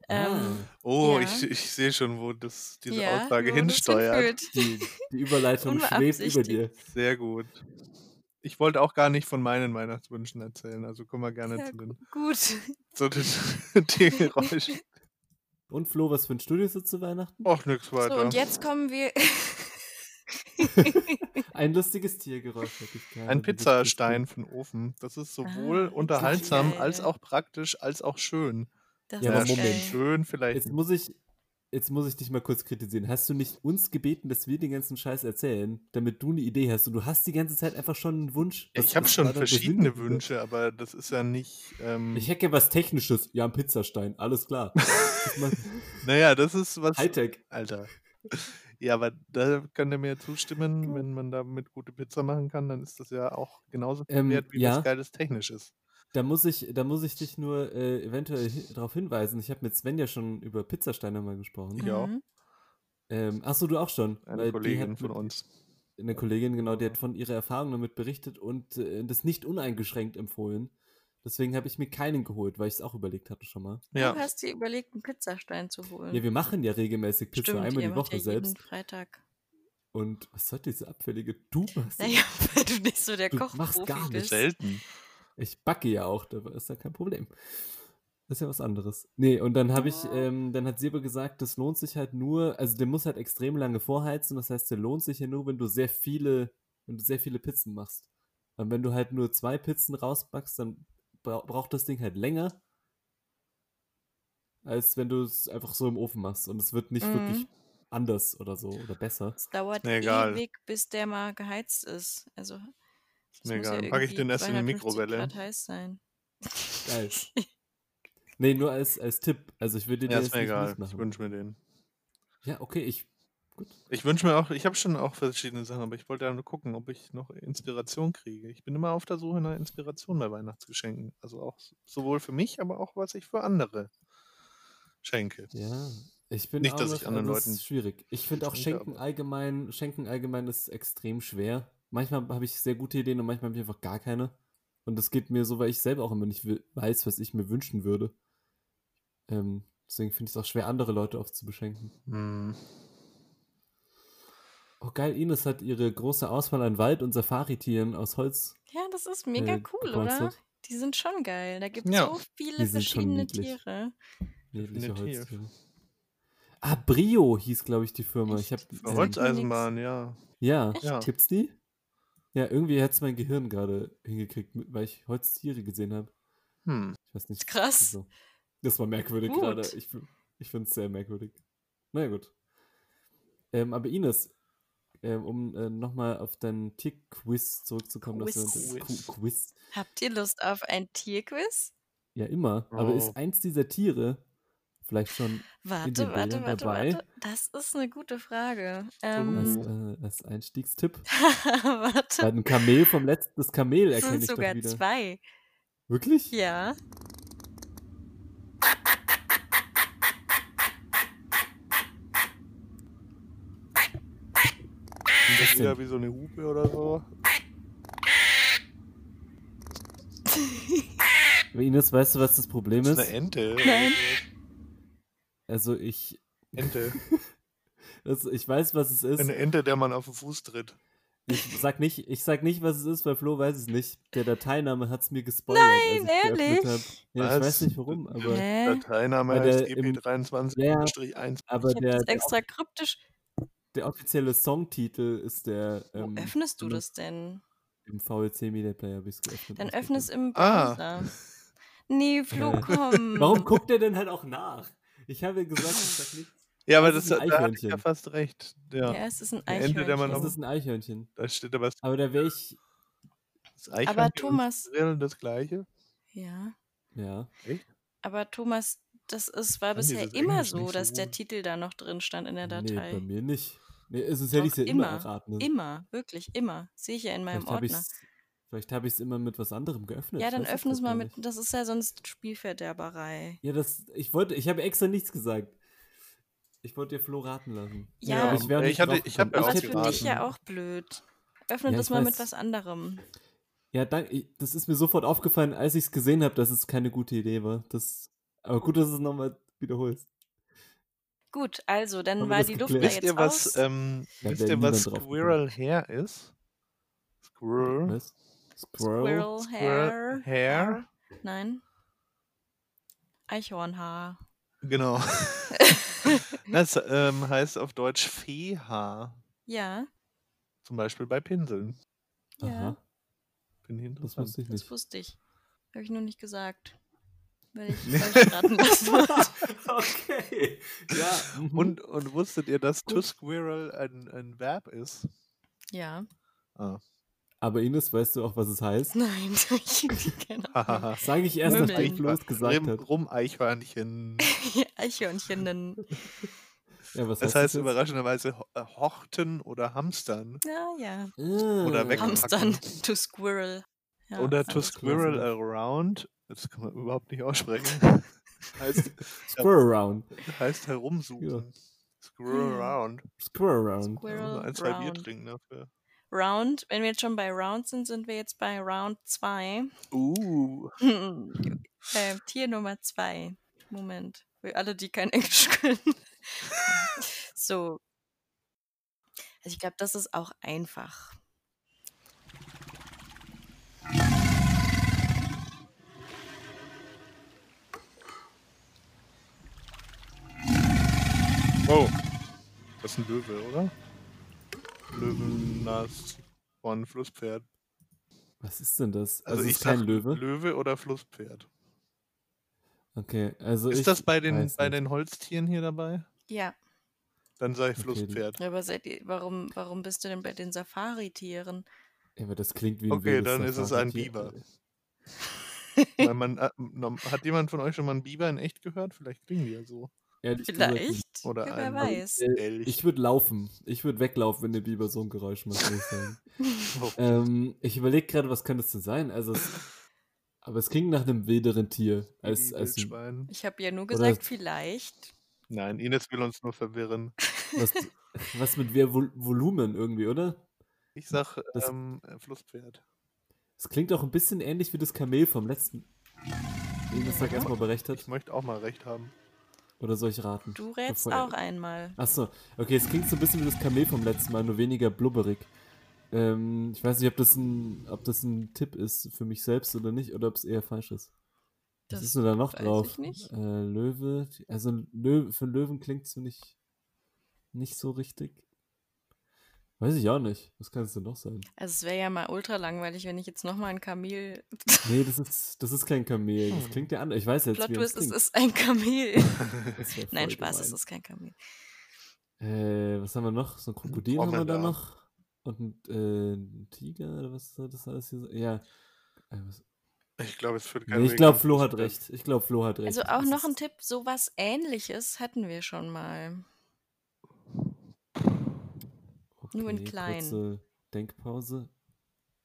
S3: Ähm,
S4: ah,
S2: oh
S3: Ja.
S2: ich, ich sehe schon, wo das, diese
S3: ja,
S2: Aussage
S3: wo das
S2: hinsteuert.
S3: hinführt.
S4: die, die Überleitung schwebt über dir.
S2: Sehr gut. Ich wollte auch gar nicht von meinen Weihnachtswünschen erzählen, also kommen wir gerne
S3: Ja,
S2: zu den,
S3: Gut.
S2: zu den Tiergeräuschen.
S4: Und Flo, was für ein Studio sitzt zu Weihnachten?
S2: Och, nix weiter.
S3: So, und jetzt kommen wir.
S4: Ein lustiges Tiergeräusch hätte ich gerne.
S2: Ein
S4: Wie das-
S2: Pizzastein für den Ofen. Das ist sowohl
S3: Ah,
S2: unterhaltsam
S3: geil.
S2: als auch praktisch, als auch schön.
S3: Das
S4: Ja, aber
S3: ist
S4: Moment.
S3: geil.
S2: schön vielleicht.
S4: Jetzt muss ich. Jetzt muss ich dich mal kurz kritisieren. Hast du nicht uns gebeten, dass wir den ganzen Scheiß erzählen, damit du eine Idee hast? Und du hast die ganze Zeit einfach schon einen Wunsch. Das-
S2: Ich habe
S4: das
S2: schon
S4: war doch der Sinn
S2: verschiedene
S4: dieser-
S2: Wünsche, aber das ist ja nicht. Ähm,
S4: Ich hätte was Technisches. Ja, ein Pizzastein. Alles klar. Ich mein,
S2: naja, das ist was.
S4: Hightech.
S2: Alter. Ja, aber da könnt ihr mir zustimmen, wenn man damit gute Pizza machen kann, dann ist das ja auch genauso viel
S4: Ähm,
S2: wert, wie
S4: ja.
S2: was Geiles technisch ist.
S4: Da muss ich, da muss ich dich nur äh, eventuell hi darauf hinweisen. Ich habe mit Sven ja schon über Pizzasteine mal gesprochen.
S2: Ja.
S3: Mhm.
S4: Ähm, Achso, du auch schon.
S2: Eine
S4: Weil die
S2: Kollegin
S4: hat
S2: von
S4: mit-
S2: uns.
S4: Eine Kollegin, genau, die hat von ihrer Erfahrung damit berichtet und äh, das nicht uneingeschränkt empfohlen. Deswegen habe ich mir keinen geholt, weil ich es auch überlegt hatte schon mal.
S3: Du
S2: Ja,
S3: hast dir überlegt, einen Pizzastein zu holen.
S4: Ja, wir machen ja regelmäßig Pizza
S3: Hm. Stimmt,
S4: einmal
S3: ihr
S4: die
S3: macht
S4: Woche
S3: ja
S4: selbst.
S3: jeden Freitag.
S4: Und was soll diese abfällige? Du machst sie.
S3: Naja, weil du nicht so der
S4: Du
S3: Kochprofi
S4: machst gar nichts.
S3: bist.
S2: selten.
S4: Ich backe ja auch, da ist ja kein Problem. Das ist ja was anderes. Nee, und dann habe ich,
S2: Ah.
S4: ähm, dann hat Sebe gesagt, das lohnt sich halt nur, also der muss halt extrem lange vorheizen, das heißt, der lohnt sich ja nur, wenn du sehr viele, wenn du sehr viele Pizzen machst. Und wenn du halt nur zwei Pizzen rausbackst, dann bra braucht das Ding halt länger, als wenn du es einfach so im Ofen machst. Und es wird nicht
S3: Mhm.
S4: wirklich anders oder so oder besser.
S3: Es dauert
S2: Mir egal.
S3: ewig, bis der mal geheizt ist. Also, das
S2: Mir
S3: muss ja
S2: egal. Pack ich
S3: irgendwie
S2: den erst in die
S3: 250
S2: Mikrowelle.
S3: Grad heiß sein.
S4: Geil. Nee, nur als, als Tipp. Also ich würde dir
S2: Ja,
S4: das
S2: ist mir
S4: nicht
S2: egal. Ich
S4: machen.
S2: wünsche mir den.
S4: Ja, okay, ich. Gut.
S2: Ich wünsche mir auch, ich habe schon auch verschiedene Sachen, aber ich wollte ja nur gucken, ob ich noch Inspiration kriege. Ich bin immer auf der Suche nach Inspiration bei Weihnachtsgeschenken. Also auch s- sowohl für mich, aber auch was ich für andere schenke.
S4: Ja, ich bin
S2: Nicht,
S4: auch
S2: dass
S4: noch,
S2: ich anderen
S4: also es ist
S2: Leuten
S4: schwierig. Ich finde auch
S2: schenke,
S4: Schenken
S2: aber-
S4: allgemein, Schenken allgemein ist extrem schwer. Manchmal habe ich sehr gute Ideen und manchmal habe ich einfach gar keine. Und das geht mir so, weil ich selber auch immer nicht we- weiß, was ich mir wünschen würde. Ähm, deswegen finde ich es auch schwer, andere Leute oft zu beschenken.
S2: Hm.
S4: Oh geil, Ines hat ihre große Auswahl an Wald- und Safaritieren aus Holz.
S3: Ja, das ist mega
S4: Äh,
S3: cool,
S4: gepolstert.
S3: oder? Die sind schon geil. Da gibt es
S2: Ja.
S3: so viele
S4: Die sind schon
S3: verschiedene
S4: niedlich.
S3: Tiere.
S4: Niedliche
S2: Definitiv.
S4: Holztiere. Ah, Brio hieß, glaube ich, die Firma. Ich habe
S3: Echt?
S2: Eine Holzeisenbahn, ja.
S4: Ja,
S2: Ja.
S4: gibt's die? Ja, irgendwie hat's mein Gehirn gerade hingekriegt, mit- weil ich Holztiere gesehen habe.
S2: Hm.
S4: Ich weiß nicht.
S3: Krass.
S4: wieso. Das war merkwürdig
S3: Gut.
S4: gerade. Ich, fi- ich finde es sehr merkwürdig. Na ja, gut. Ähm, aber Ines, ähm, um äh, nochmal auf deinen Tick-Quiz zurückzukommen, dass
S3: Quiz.
S4: wir
S2: Quiz.
S4: Qu- Quiz.
S3: Habt ihr Lust auf ein Tierquiz?
S4: Ja, immer. Aber
S2: Oh.
S4: ist eins dieser Tiere vielleicht schon
S3: Warte,
S4: den
S3: warte,
S4: Bildern
S3: warte,
S4: dabei? Oh.
S3: warte. Das ist eine gute Frage.
S4: als,
S3: Ähm,
S4: äh, als Einstiegstipp? Bei
S3: warte.
S4: einem Kamel vom letzten, das Kamel
S3: Es
S4: erkenne
S3: sind
S4: ich doch
S3: sogar
S4: wieder.
S3: zwei.
S4: Wirklich?
S3: Ja.
S4: Was denn?
S2: Wieder wie so eine Hupe oder so.
S4: Aber Ines, weißt du, was das Problem
S2: Das
S4: ist?
S2: ist eine Ente.
S3: Nein.
S4: Also ich,
S2: Ente.
S4: das, ich weiß, was es ist.
S2: Eine Ente, der man auf den Fuß tritt.
S4: Ich sag nicht, ich sag nicht, was es ist, weil Flo weiß es nicht. Der Dateiname hat es mir gespoilert. Nein, als ich geöffnet
S3: ehrlich?
S4: hab. Ja, ich
S2: Was?
S4: weiß nicht warum, aber,
S3: Hä?
S2: Dateiname
S4: Weil
S2: heißt
S4: der im- Ja,
S2: EP23-1.
S4: aber
S3: ich habe
S4: der,
S3: das
S4: der,
S3: extra kryptisch.
S4: der offizielle Songtitel ist der
S3: Wo
S4: ähm,
S3: öffnest du
S4: genau.
S3: das denn?
S4: im VLC Media Player habe ich es geöffnet.
S3: Dann
S4: ausprobiert.
S3: öffne es im
S2: Ah.
S3: Browser. Nee, um. Flo,
S4: Äh,
S3: komm.
S4: Warum guckt er denn halt auch nach? Ich habe ja gesagt, ich sag nicht.
S2: Ja, aber
S4: Das
S2: das,
S4: ist ein
S2: da hatte ich ja
S4: Eichhörnchen.
S2: fast recht. Ja.
S3: Ja, es ist ein
S2: Eine Ente,
S3: Eichhörnchen.
S2: der man
S4: Das
S2: auf-
S4: ist ein Eichhörnchen.
S2: Da steht aber das
S4: Aber da wäre ich.
S2: Eichhörnchen
S3: aber
S2: und
S3: Thomas,
S2: Grill das gleiche.
S3: ja,
S4: Ja.
S3: aber Thomas, das ist, war
S2: Mann,
S3: bisher
S2: dieses
S3: immer
S2: Englisch
S3: so,
S2: nicht so
S3: dass der
S2: gut.
S3: Titel da noch drin stand in der
S4: Nee, bei
S3: Datei.
S4: mir nicht. Nee, also das hätte ich ja
S3: Doch,
S4: immer
S3: immer,
S4: erraten.
S3: Immer, wirklich, immer. Sehe ich ja in meinem
S4: Vielleicht habe ich
S3: Ordner.
S4: vielleicht habe ich es immer mit was anderem geöffnet.
S3: Ja,
S4: ich
S3: dann
S4: weiß das
S3: öffne es
S4: grad
S3: mal
S4: gar
S3: mit.
S4: nicht.
S3: Das ist ja sonst Spielverderberei.
S4: Ja, das ich wollte, ich habe extra nichts gesagt. Ich wollte dir Flo raten lassen.
S3: Ja. aber
S2: ich Äh, ich hatte- ich hab ja
S3: Aber
S2: auch
S3: das
S2: die
S3: für dich
S2: Raten.
S3: ja auch blöd. Öffne
S4: Ja,
S3: das
S4: ich
S3: mal mit
S4: weiß.
S3: was anderem.
S4: Ja, danke. Ich- Das ist mir sofort aufgefallen, als ich es gesehen habe, dass es keine gute Idee war. Das, aber gut, dass du es nochmal wiederholst.
S3: Gut, also, dann
S4: Haben wir
S3: war
S4: das
S3: die Luft da
S4: geklärt?
S2: Wisst
S3: jetzt
S2: ihr,
S3: aus.
S2: was, ähm,
S4: Da
S2: wisst
S4: wär
S2: ihr, was
S4: niemand drauf gekommen.
S2: Squirrel Hair ist? Squirrel.
S4: Was? Squirrel?
S3: Squirrel,
S2: Squirrel
S3: Hair.
S2: Hair.
S3: Nein. Eichhornhaar.
S2: Genau. das ähm, heißt auf Deutsch Feehaar.
S3: Ja,
S2: Zum Beispiel bei Pinseln.
S3: Ja.
S4: Aha,
S2: Finde ich
S4: das
S2: interessant.
S4: wusste ich
S3: das
S4: nicht.
S3: wusste ich. Habe ich nur nicht gesagt. Weil ich falsch raten lassen wollte.
S4: okay. Ja. mhm.
S2: Und, und wusstet ihr, dass to
S4: Gut.
S2: squirrel ein, ein Verb ist?
S3: Ja.
S2: Ah.
S4: aber Ines, weißt du auch, was es heißt?
S3: Nein, ich keine Ahnung.
S4: Sage ich erst,
S3: Möbel.
S4: nachdem Flo es gesagt
S2: Rum-
S4: hat.
S2: Rum-Eichhörnchen.
S3: Eichhörnchen nennen.
S4: Ja, was
S2: Das heißt
S4: heißt das jetzt?
S2: überraschenderweise Ho- äh, Horten oder Hamstern.
S3: Ja, ja.
S4: Ah.
S2: oder wegpacken.
S3: Hamstern, to squirrel. Ja,
S2: oder to
S3: alles klar.
S2: squirrel
S4: klar.
S2: around. Das kann man überhaupt nicht aussprechen. heißt, äh,
S4: Squirrel round.
S2: heißt herumsuchen.
S4: Ja.
S2: Squirrel
S3: Ja.
S2: around.
S4: Squirrel round.
S2: Da muss man
S3: Hm. Squirrel
S2: ein, zwei Bier
S3: round.
S2: trinken dafür.
S3: Round, wenn wir jetzt schon bei Round sind, sind wir jetzt bei Round 2.
S2: Uh,
S3: äh, Tier Nummer 2. Moment. Für alle, die kein Englisch können. so. Also ich glaube, das ist auch einfach.
S2: oh. Das ist ein Löwe, oder? Löwe, Nas, One, Flusspferd.
S4: Was ist denn das? Also,
S2: ich
S4: ist kein
S2: sag
S4: Löwe?
S2: Löwe oder Flusspferd.
S4: okay, also ich
S2: ist das bei den,
S4: weiß
S2: bei
S4: nicht.
S2: den Holztieren hier dabei?
S3: Ja.
S2: Dann sage ich
S4: Okay.
S2: Flusspferd.
S3: Aber seid ihr, warum, warum bist du denn bei den Safari-Tieren?
S4: Ja, aber das klingt wie ein
S2: Okay,
S4: wildes
S2: dann ist es ein
S4: Safari-Tier.
S2: Biber. Weil man, äh, norm- hat jemand von euch schon mal einen Biber in echt gehört? Vielleicht klingen die ja so.
S4: Ehrlich gesagt, äh,
S3: Vielleicht.
S2: Oder
S3: ja,
S2: ein-
S3: wer weiß.
S2: Elch.
S4: Ich würde laufen. Ich würde weglaufen, wenn der Biber so ein Geräusch macht, würde ich sagen.
S2: Oh.
S4: ähm, ich überlege gerade, was könnte es denn sein? Also es, aber es klingt nach einem wilderen Tier. Als,
S2: Die
S4: als ein-
S2: Wildschwein.
S3: Ich habe ja nur
S4: Oder-
S3: gesagt, vielleicht.
S2: Nein, Ines will uns nur verwirren.
S4: was, was mit mehr Vol Volumen irgendwie, oder?
S2: Ich sag
S4: Das-
S2: ähm, Flusspferd.
S4: Es klingt auch ein bisschen ähnlich wie das Kamel vom letzten. Nee, Das sag
S3: Ja.
S4: erstmal berechnet.
S2: Ich möchte auch mal recht haben.
S4: Oder soll ich raten?
S3: Du rätst
S4: Bevor er-
S3: auch einmal.
S4: Achso, okay, es klingt so ein bisschen wie das Kamel vom letzten Mal, nur weniger blubberig. Ähm, ich weiß nicht, ob das, ein, ob das ein Tipp ist für mich selbst oder nicht, oder ob es eher falsch ist. Was ist denn da noch
S3: weiß
S4: drauf?
S3: ich nicht.
S4: Äh, Löwe, also Lö für einen Löwen klingt es nicht, nicht so richtig. Weiß ich auch nicht. Was kann es denn noch sein?
S3: Also es wäre ja mal ultra langweilig, wenn ich jetzt nochmal ein Kamel.
S4: Nee, das ist, das ist kein Kamel. Das
S2: Hm.
S4: klingt ja anders. Ich weiß jetzt,
S3: Plot
S4: wie es
S3: Twist, es
S4: klingt.
S3: ist ein Kamel.
S4: Das wär
S3: Nein,
S4: voll
S3: Spaß, es
S4: gemein.
S3: ist kein Kamel.
S4: Äh, was haben wir noch? So ein Krokodil haben wir da
S2: Dromedar.
S4: noch. Und ein, äh, ein Tiger oder was soll das alles hier sein? Ja. Äh, was-
S2: Ich glaube, es führt kein
S4: Nee, ich
S2: Weg
S4: glaube,
S2: zum
S4: Flo hat
S2: Flusspferd.
S4: recht. Ich glaube, Flo hat recht.
S3: Also auch
S4: Es
S3: noch ein
S4: ist-
S3: Tipp, sowas ähnliches hatten wir schon mal. Nur in
S4: Okay,
S3: klein.
S4: Kurze Denkpause.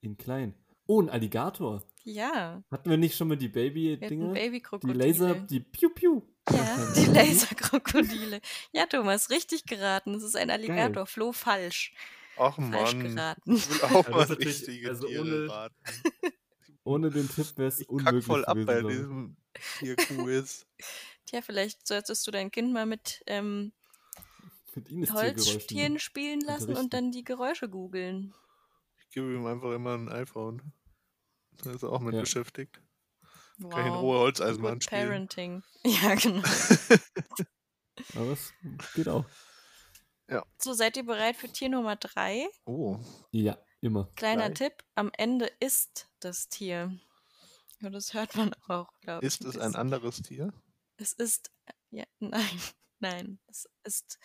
S4: In klein. Oh, ein Alligator.
S3: Ja,
S4: Hatten wir nicht schon mal die
S3: wir hatten
S4: Baby-Dinger? die
S3: Babykrokodile.
S4: Laser, die Piu-Piu.
S3: ja, die Laserkrokodile. Ja, Thomas, richtig geraten. Es ist ein Alligator. Flo falsch.
S2: Ach
S3: Falsch
S2: Mann.
S3: geraten.
S2: Ich will auch
S4: das
S2: mal
S4: ist natürlich-
S2: richtige
S4: also
S2: Tiere
S4: ohne-
S2: raten.
S4: Ohne den Tipp wäre es
S2: Ich kack
S4: unmöglich
S2: voll ab
S4: gewesen,
S2: bei
S4: glaub ich.
S2: diesem Tierquiz.
S3: Tja, vielleicht solltest du dein Kind mal mit ähm,
S4: Mit Ines
S3: Holzstieren
S4: Tiergeräuschen.
S3: spielen lassen
S4: Unterrichten.
S3: und dann die Geräusche googeln.
S2: Ich gebe ihm einfach immer ein iPhone. Da ist er auch mit
S4: Ja.
S2: beschäftigt.
S3: Wow.
S2: Kann ich in Ruhe also Holzeisenbahn
S3: Good
S2: spielen.
S3: Parenting. Ja, genau.
S4: Aber es geht auch.
S3: So, seid ihr bereit für Tier Nummer 3?
S2: Oh,
S4: Ja, immer.
S3: Kleiner
S2: Gleich.
S3: Tipp, am Ende ist das Tier. Ja, das hört man auch, glaube ich.
S2: ist es ein anderes Tier?
S3: Es ist, ja, nein, nein, es ist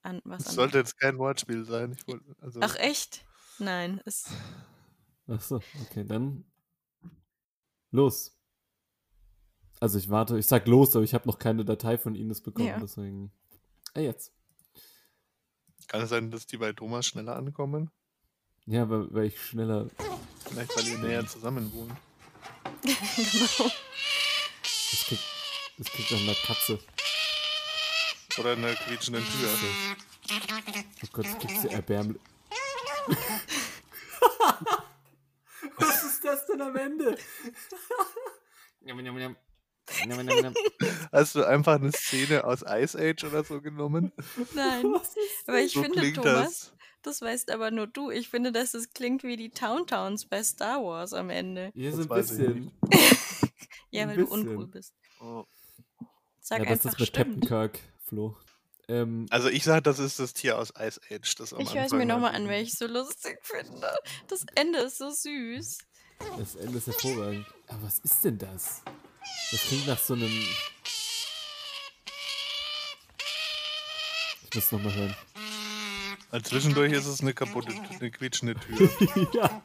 S3: an, was
S2: Es
S3: anderes.
S2: sollte jetzt kein Wortspiel sein. Ich wollte, also,
S3: Ach, echt? Nein, es,
S4: Ach so, okay, dann los. Also ich warte, ich sag los, aber ich habe noch keine Datei von Ines bekommen,
S3: Ja. äh.
S4: deswegen. Ah, jetzt.
S2: Kann es sein, dass die bei Thomas schneller ankommen?
S4: Ja, weil, weil ich schneller.
S2: Vielleicht, weil ihr näher zusammen wohnt.
S4: Das klingt, das klingt nach einer Katze.
S2: Oder in der quietschenden Tür.
S4: Oh Gott, das klingt sehr erbärmlich. Was ist das denn am Ende?
S2: Hast du einfach eine Szene aus Ice Age oder so genommen?
S3: Nein. Aber ich
S2: so
S3: finde,
S2: klingt
S3: Thomas,
S2: das.
S3: das weißt aber nur du. Ich finde, dass das klingt wie die Towntowns bei Star Wars am Ende.
S4: Hier so
S2: Das
S4: ein
S2: weiß ich
S4: bisschen.
S2: nicht.
S3: Ja,
S4: Ein
S3: weil du
S4: bisschen.
S3: uncool bist.
S2: Oh.
S4: Ja,
S3: Sag
S4: was ist
S3: einfach
S4: das mit
S3: stimmt.
S4: Teppenkirk, Flo? Ähm,
S2: Also ich sag, das ist das Tier aus Ice Age. Das am
S3: Ich höre es
S2: Anfang
S3: mir nochmal
S2: halt
S3: an,
S2: eben-
S3: weil ich es so lustig finde. Das Ende ist so süß.
S4: das Ende ist hervorragend. Aber was ist denn das? Das klingt nach so einem. Ich muss es nochmal hören.
S2: Also Zwischendurch ist es eine kaputte, eine quietschende Tür.
S4: ja.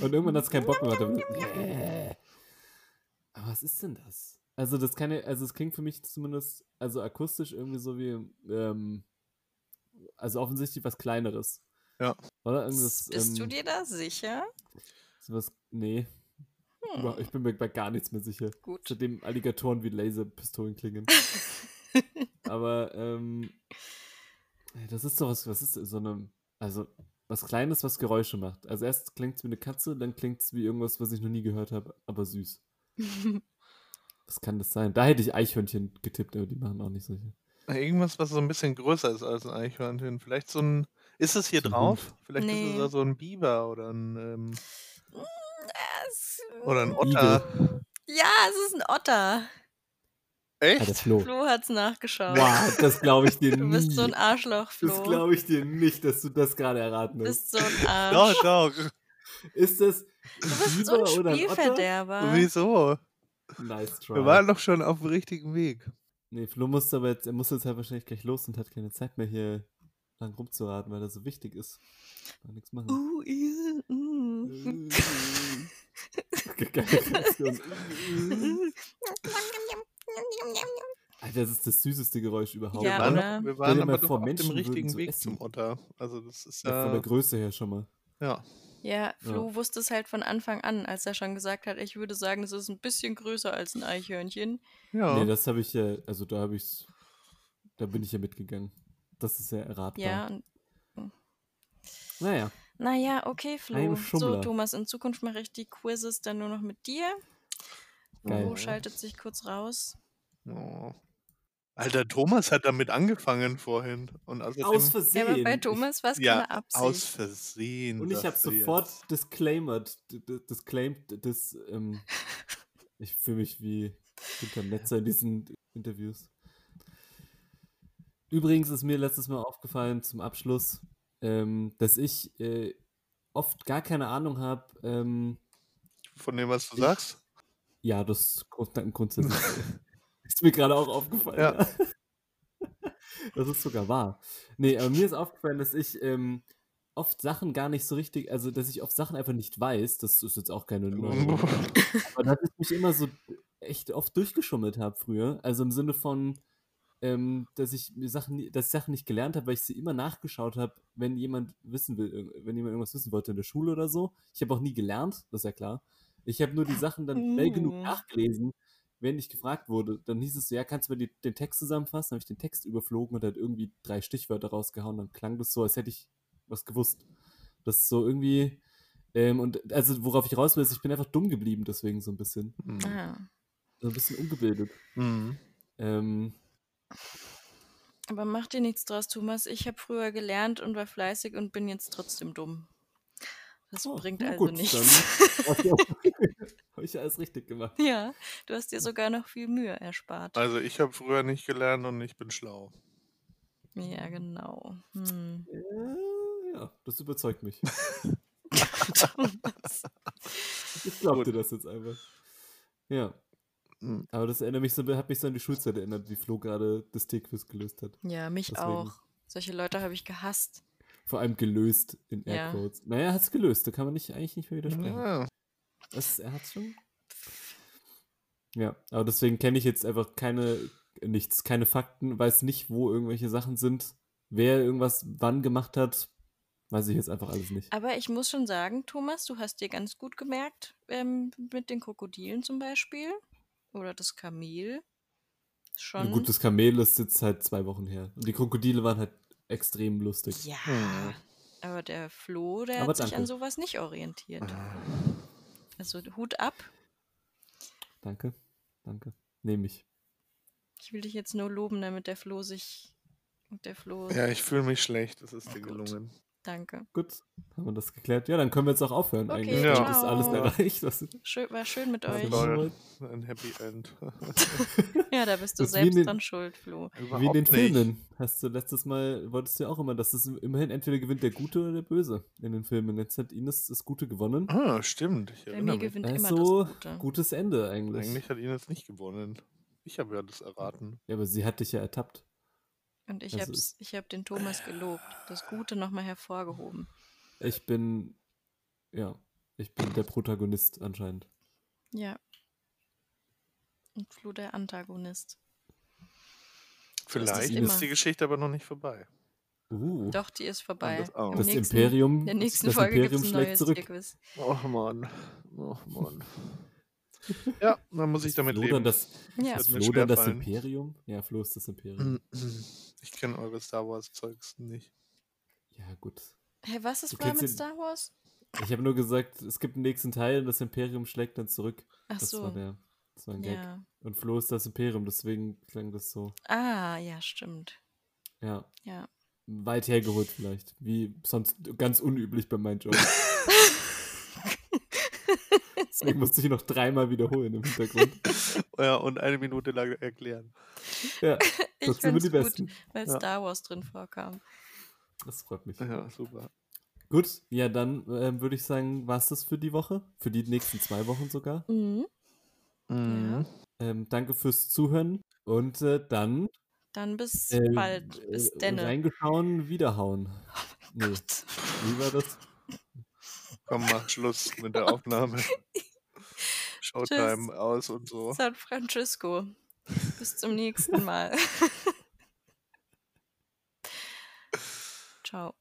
S4: Und irgendwann hat es keinen Bock mehr. hat er wieder- Aber was ist denn das? Also das kann ja, also es klingt für mich zumindest, also akustisch irgendwie so wie, ähm, also offensichtlich was Kleineres.
S2: Ja.
S4: Oder? Irgendwas,
S3: Bist du
S4: ähm,
S3: dir da sicher?
S4: sowas, nee.
S3: Hm.
S4: Über- Ich bin mir bei gar nichts mehr sicher.
S3: Gut.
S4: Seitdem Alligatoren wie Laserpistolen klingen. Aber, ähm, das ist doch was, was ist so eine, also, was Kleines, was Geräusche macht. Also erst klingt es wie eine Katze, dann klingt es wie irgendwas, was ich noch nie gehört habe, aber süß. Was kann das sein? Da hätte ich Eichhörnchen getippt, aber die machen auch nicht solche.
S2: Irgendwas, was so ein bisschen größer ist als ein Eichhörnchen. Vielleicht so ein. Ist es hier
S4: So ein
S2: drauf? Vielleicht ist
S3: Nee.
S2: es da so ein Biber oder ein ähm,
S3: Das-
S2: oder ein Otter.
S3: Ja, es ist ein Otter.
S4: Alter,
S2: Echt?
S4: Ah, Flo.
S3: Flo hat's nachgeschaut.
S4: Wow, das glaube ich dir
S3: Du
S4: nie.
S3: bist so ein Arschloch,
S4: Oh. das
S3: Flo.
S4: glaube ich dir nicht, dass du das gerade erraten
S3: Du bist
S4: hast.
S3: so ein Arsch.
S2: Doch, doch.
S4: Ist das
S3: Du bist so
S4: Biber
S3: ein
S4: oder ein Otter?
S3: Spielverderber.
S2: Wieso?
S4: Nice try.
S2: Wir waren doch schon auf dem richtigen Weg.
S4: Nee, Flo muss aber jetzt, er muss jetzt halt wahrscheinlich gleich los und hat keine Zeit mehr hier lang rumzuraten, weil er so wichtig ist. Kann nichts machen.
S3: Uh, uh, uh.
S4: Geile Reaktion. Alter, das ist das süßeste Geräusch überhaupt.
S3: Ja,
S2: wir waren,
S3: oder?
S2: doch- wir
S4: Stell
S2: waren
S4: dir mal
S2: aber doch
S4: vor,
S2: auf
S4: Menschen
S2: dem
S4: würden
S2: richtigen
S4: so
S2: Weg
S4: essen.
S2: zum Otter. Also das ist
S4: Ja, von
S2: ja.
S4: der Größe her schon mal.
S2: ja.
S3: Ja, Flo wusste es halt von Anfang an, als er schon gesagt hat, ich würde sagen, es ist ein bisschen größer als ein Eichhörnchen.
S2: Ja.
S4: Nee, das habe ich ja, also da habe ich's, da bin ich ja mitgegangen. Das ist ja erratbar.
S3: Ja, und
S4: Naja,
S3: naja, okay, Flo.
S4: Ein
S3: So,
S4: Schummler.
S3: Thomas, in Zukunft mache ich die Quizzes dann nur noch mit dir.
S4: Geil.
S3: Flo Oh, schaltet sich kurz raus.
S2: Oh. Alter, Thomas hat damit angefangen vorhin. Und außerdem
S4: aus Versehen.
S3: Ja, aber bei Thomas war es
S2: ja,
S3: keine Absicht.
S2: aus Versehen.
S4: Und ich habe
S2: sagst du jetzt.
S4: sofort disclaimed, d- d- disclaimed, das, ähm, ich fühle mich wie Günter Netzer in diesen Interviews. Übrigens ist mir letztes Mal aufgefallen zum Abschluss, ähm, dass ich äh, oft gar keine Ahnung habe. Ähm,
S2: Von dem, was du sagst?
S4: ja, das grund grundsätzlich ist mir gerade auch aufgefallen.
S2: Ja.
S4: Ja. Das ist sogar wahr. Nee, aber mir ist aufgefallen, dass ich ähm, oft Sachen gar nicht so richtig, also dass ich oft Sachen einfach nicht weiß, das ist jetzt auch keine neue aber dass ich mich immer so echt oft durchgeschummelt habe früher. Also im Sinne von, ähm, dass ich mir Sachen, nie- dass ich Sachen nicht gelernt habe, weil ich sie immer nachgeschaut habe, wenn jemand wissen will, irg- wenn jemand irgendwas wissen wollte in der Schule oder so. Ich habe auch nie gelernt, das ist ja klar. Ich habe nur die Sachen dann schnell genug
S3: Mm.
S4: nachgelesen, wenn ich gefragt wurde. Dann hieß es so, ja, kannst du mir die, den Text zusammenfassen? Dann habe ich den Text überflogen und hat irgendwie drei Stichwörter rausgehauen. Dann klang das so, als hätte ich was gewusst. Das ist so irgendwie. Ähm, und also worauf ich raus will, ist, ich bin einfach dumm geblieben, deswegen so ein bisschen.
S2: Mhm.
S3: Ah.
S4: So ein bisschen ungebildet.
S2: Mhm.
S4: Ähm,
S3: Aber mach dir nichts draus, Thomas. Ich habe früher gelernt und war fleißig und bin jetzt trotzdem dumm. Das
S4: oh,
S3: bringt
S4: na
S3: also
S4: gut,
S3: nichts.
S4: dann hab ich auch- Hab ich ja alles richtig gemacht.
S3: Ja, du hast dir sogar noch viel Mühe erspart.
S4: Äh.
S2: Also ich habe früher nicht gelernt und ich bin schlau.
S3: Ja, genau. Hm.
S4: Äh, ja, das überzeugt mich.
S3: Thomas.
S4: Ich glaub
S2: Gut.
S4: dir das jetzt einfach. Ja.
S2: Mhm.
S4: Aber das erinnert mich so, hat mich so an die Schulzeit erinnert, wie Flo gerade das T-Quiz gelöst hat.
S3: Ja, mich
S4: Deswegen.
S3: auch. Solche Leute habe ich gehasst.
S4: Vor allem gelöst in
S3: Ja.
S4: Airquotes. Naja, er hat es gelöst, da kann man nicht, eigentlich nicht mehr widersprechen.
S2: Ja.
S4: Das, er hat schon. Ja, aber deswegen kenne ich jetzt einfach keine nichts, keine Fakten, weiß nicht, wo irgendwelche Sachen sind. Wer irgendwas wann gemacht hat, weiß ich jetzt einfach alles nicht.
S3: Aber ich muss schon sagen, Thomas, du hast dir ganz gut gemerkt, ähm, mit den Krokodilen zum Beispiel. Oder das Kamel. Schon.
S4: Gut, das Kamel ist jetzt halt zwei Wochen her. Und die Krokodile waren halt extrem lustig.
S3: ja.
S2: Hm.
S3: Aber der Flo, der
S4: Mhm. Aber
S3: hat sich
S4: danke.
S3: an sowas nicht
S2: Mm.
S3: orientiert. Also Hut ab.
S4: Danke, danke. Nehme ich.
S3: Ich will dich jetzt nur loben, damit der Flo sich. Und der Flo.
S2: Ja, ich fühle mich schlecht. Das ist dir
S3: Oh Gott.
S2: gelungen.
S3: Danke.
S4: Gut, haben wir das geklärt. Ja, dann können wir jetzt auch aufhören
S3: Okay,
S4: eigentlich.
S2: Ja.
S4: Dann ist alles
S3: ciao.
S4: erreicht. Was,
S3: Schön, war schön mit
S4: was wir
S3: euch.
S2: Leute.
S4: machen wollten.
S2: Ein Happy End.
S3: Ja, da bist du
S4: Das ist wie
S3: selbst
S4: in den-
S3: dran schuld, Flo.
S4: Wie in den
S2: Überhaupt nicht.
S4: Filmen. Hast du letztes Mal, wolltest du ja auch immer, dass es immerhin entweder gewinnt der Gute oder der Böse in den Filmen. Jetzt hat Ines das Gute gewonnen.
S2: Ah, stimmt. Ich
S3: Bei mir
S2: erinnere mich.
S3: gewinnt immer
S4: Also,
S3: das Gute.
S4: gutes Ende eigentlich.
S2: Eigentlich hat Ines nicht gewonnen. Ich habe ja das erraten.
S4: Ja, aber sie hat dich ja ertappt.
S3: Und ich
S4: Also
S3: habe
S4: es-
S3: ich hab den Thomas gelobt. Das Gute nochmal hervorgehoben.
S4: Ich bin, ja, ich bin der Protagonist anscheinend.
S3: Ja. Und Flo der Antagonist.
S2: Vielleicht
S3: immer.
S2: ist die Geschichte aber noch nicht vorbei.
S4: Uh,
S3: Doch, die ist vorbei.
S2: das auch.
S3: Im
S4: das
S3: nächsten-
S4: Imperium,
S3: In der nächsten
S4: das
S3: Folge gibt
S4: Imperium
S3: es ein neues
S4: schlägt zurück.
S3: Tierquiz.
S2: Och Mann. Och Mann. ja, dann muss ich damit
S4: Flo dann
S2: leben.
S4: das,
S3: Ja,
S2: Wird
S4: ist
S2: mir Hm.
S4: Flo dann das
S2: schwerfallen.
S4: Imperium? Ja, Flo ist das Imperium.
S2: Ich kenne eure Star Wars Zeugs nicht.
S4: Ja, gut.
S3: Hä, was ist
S4: Du
S3: vorher
S4: kennst
S3: mit
S4: den-
S3: Star Wars?
S4: Ich habe nur gesagt, es gibt einen nächsten Teil und das Imperium schlägt dann zurück.
S3: Ach
S4: Das war
S3: so.
S4: der, das war ein Gag.
S3: Ja.
S4: Und Flo ist das Imperium, deswegen klang das so.
S3: Ah, ja, stimmt.
S4: Ja,
S3: Ja.
S4: weit hergeholt vielleicht. Wie sonst ganz unüblich bei meinem Job. deswegen musste ich noch dreimal wiederholen im Hintergrund.
S2: Ja, und eine Minute lang erklären.
S4: Ja,
S3: Ich
S4: das sind wir
S3: find's
S4: die
S3: gut,
S4: Besten.
S3: weil
S2: Ja.
S3: Star Wars drin vorkam.
S4: Das freut mich.
S2: Ja, super.
S4: Gut, ja, dann ähm, würde ich sagen, war es das für die Woche. Für die nächsten zwei Wochen sogar.
S3: Mhm.
S2: Mhm.
S4: Ähm, danke fürs Zuhören und äh, dann
S3: Dann bis
S4: äh,
S3: bald. Bis
S4: äh,
S3: denne. Oh
S4: reingeschauen, wiederhauen. nee,
S3: Gott.
S4: wie war das?
S2: Komm, mach Schluss mit der Aufnahme. Showtime also. aus und so.
S3: San Francisco. Bis zum nächsten Mal. Ciao.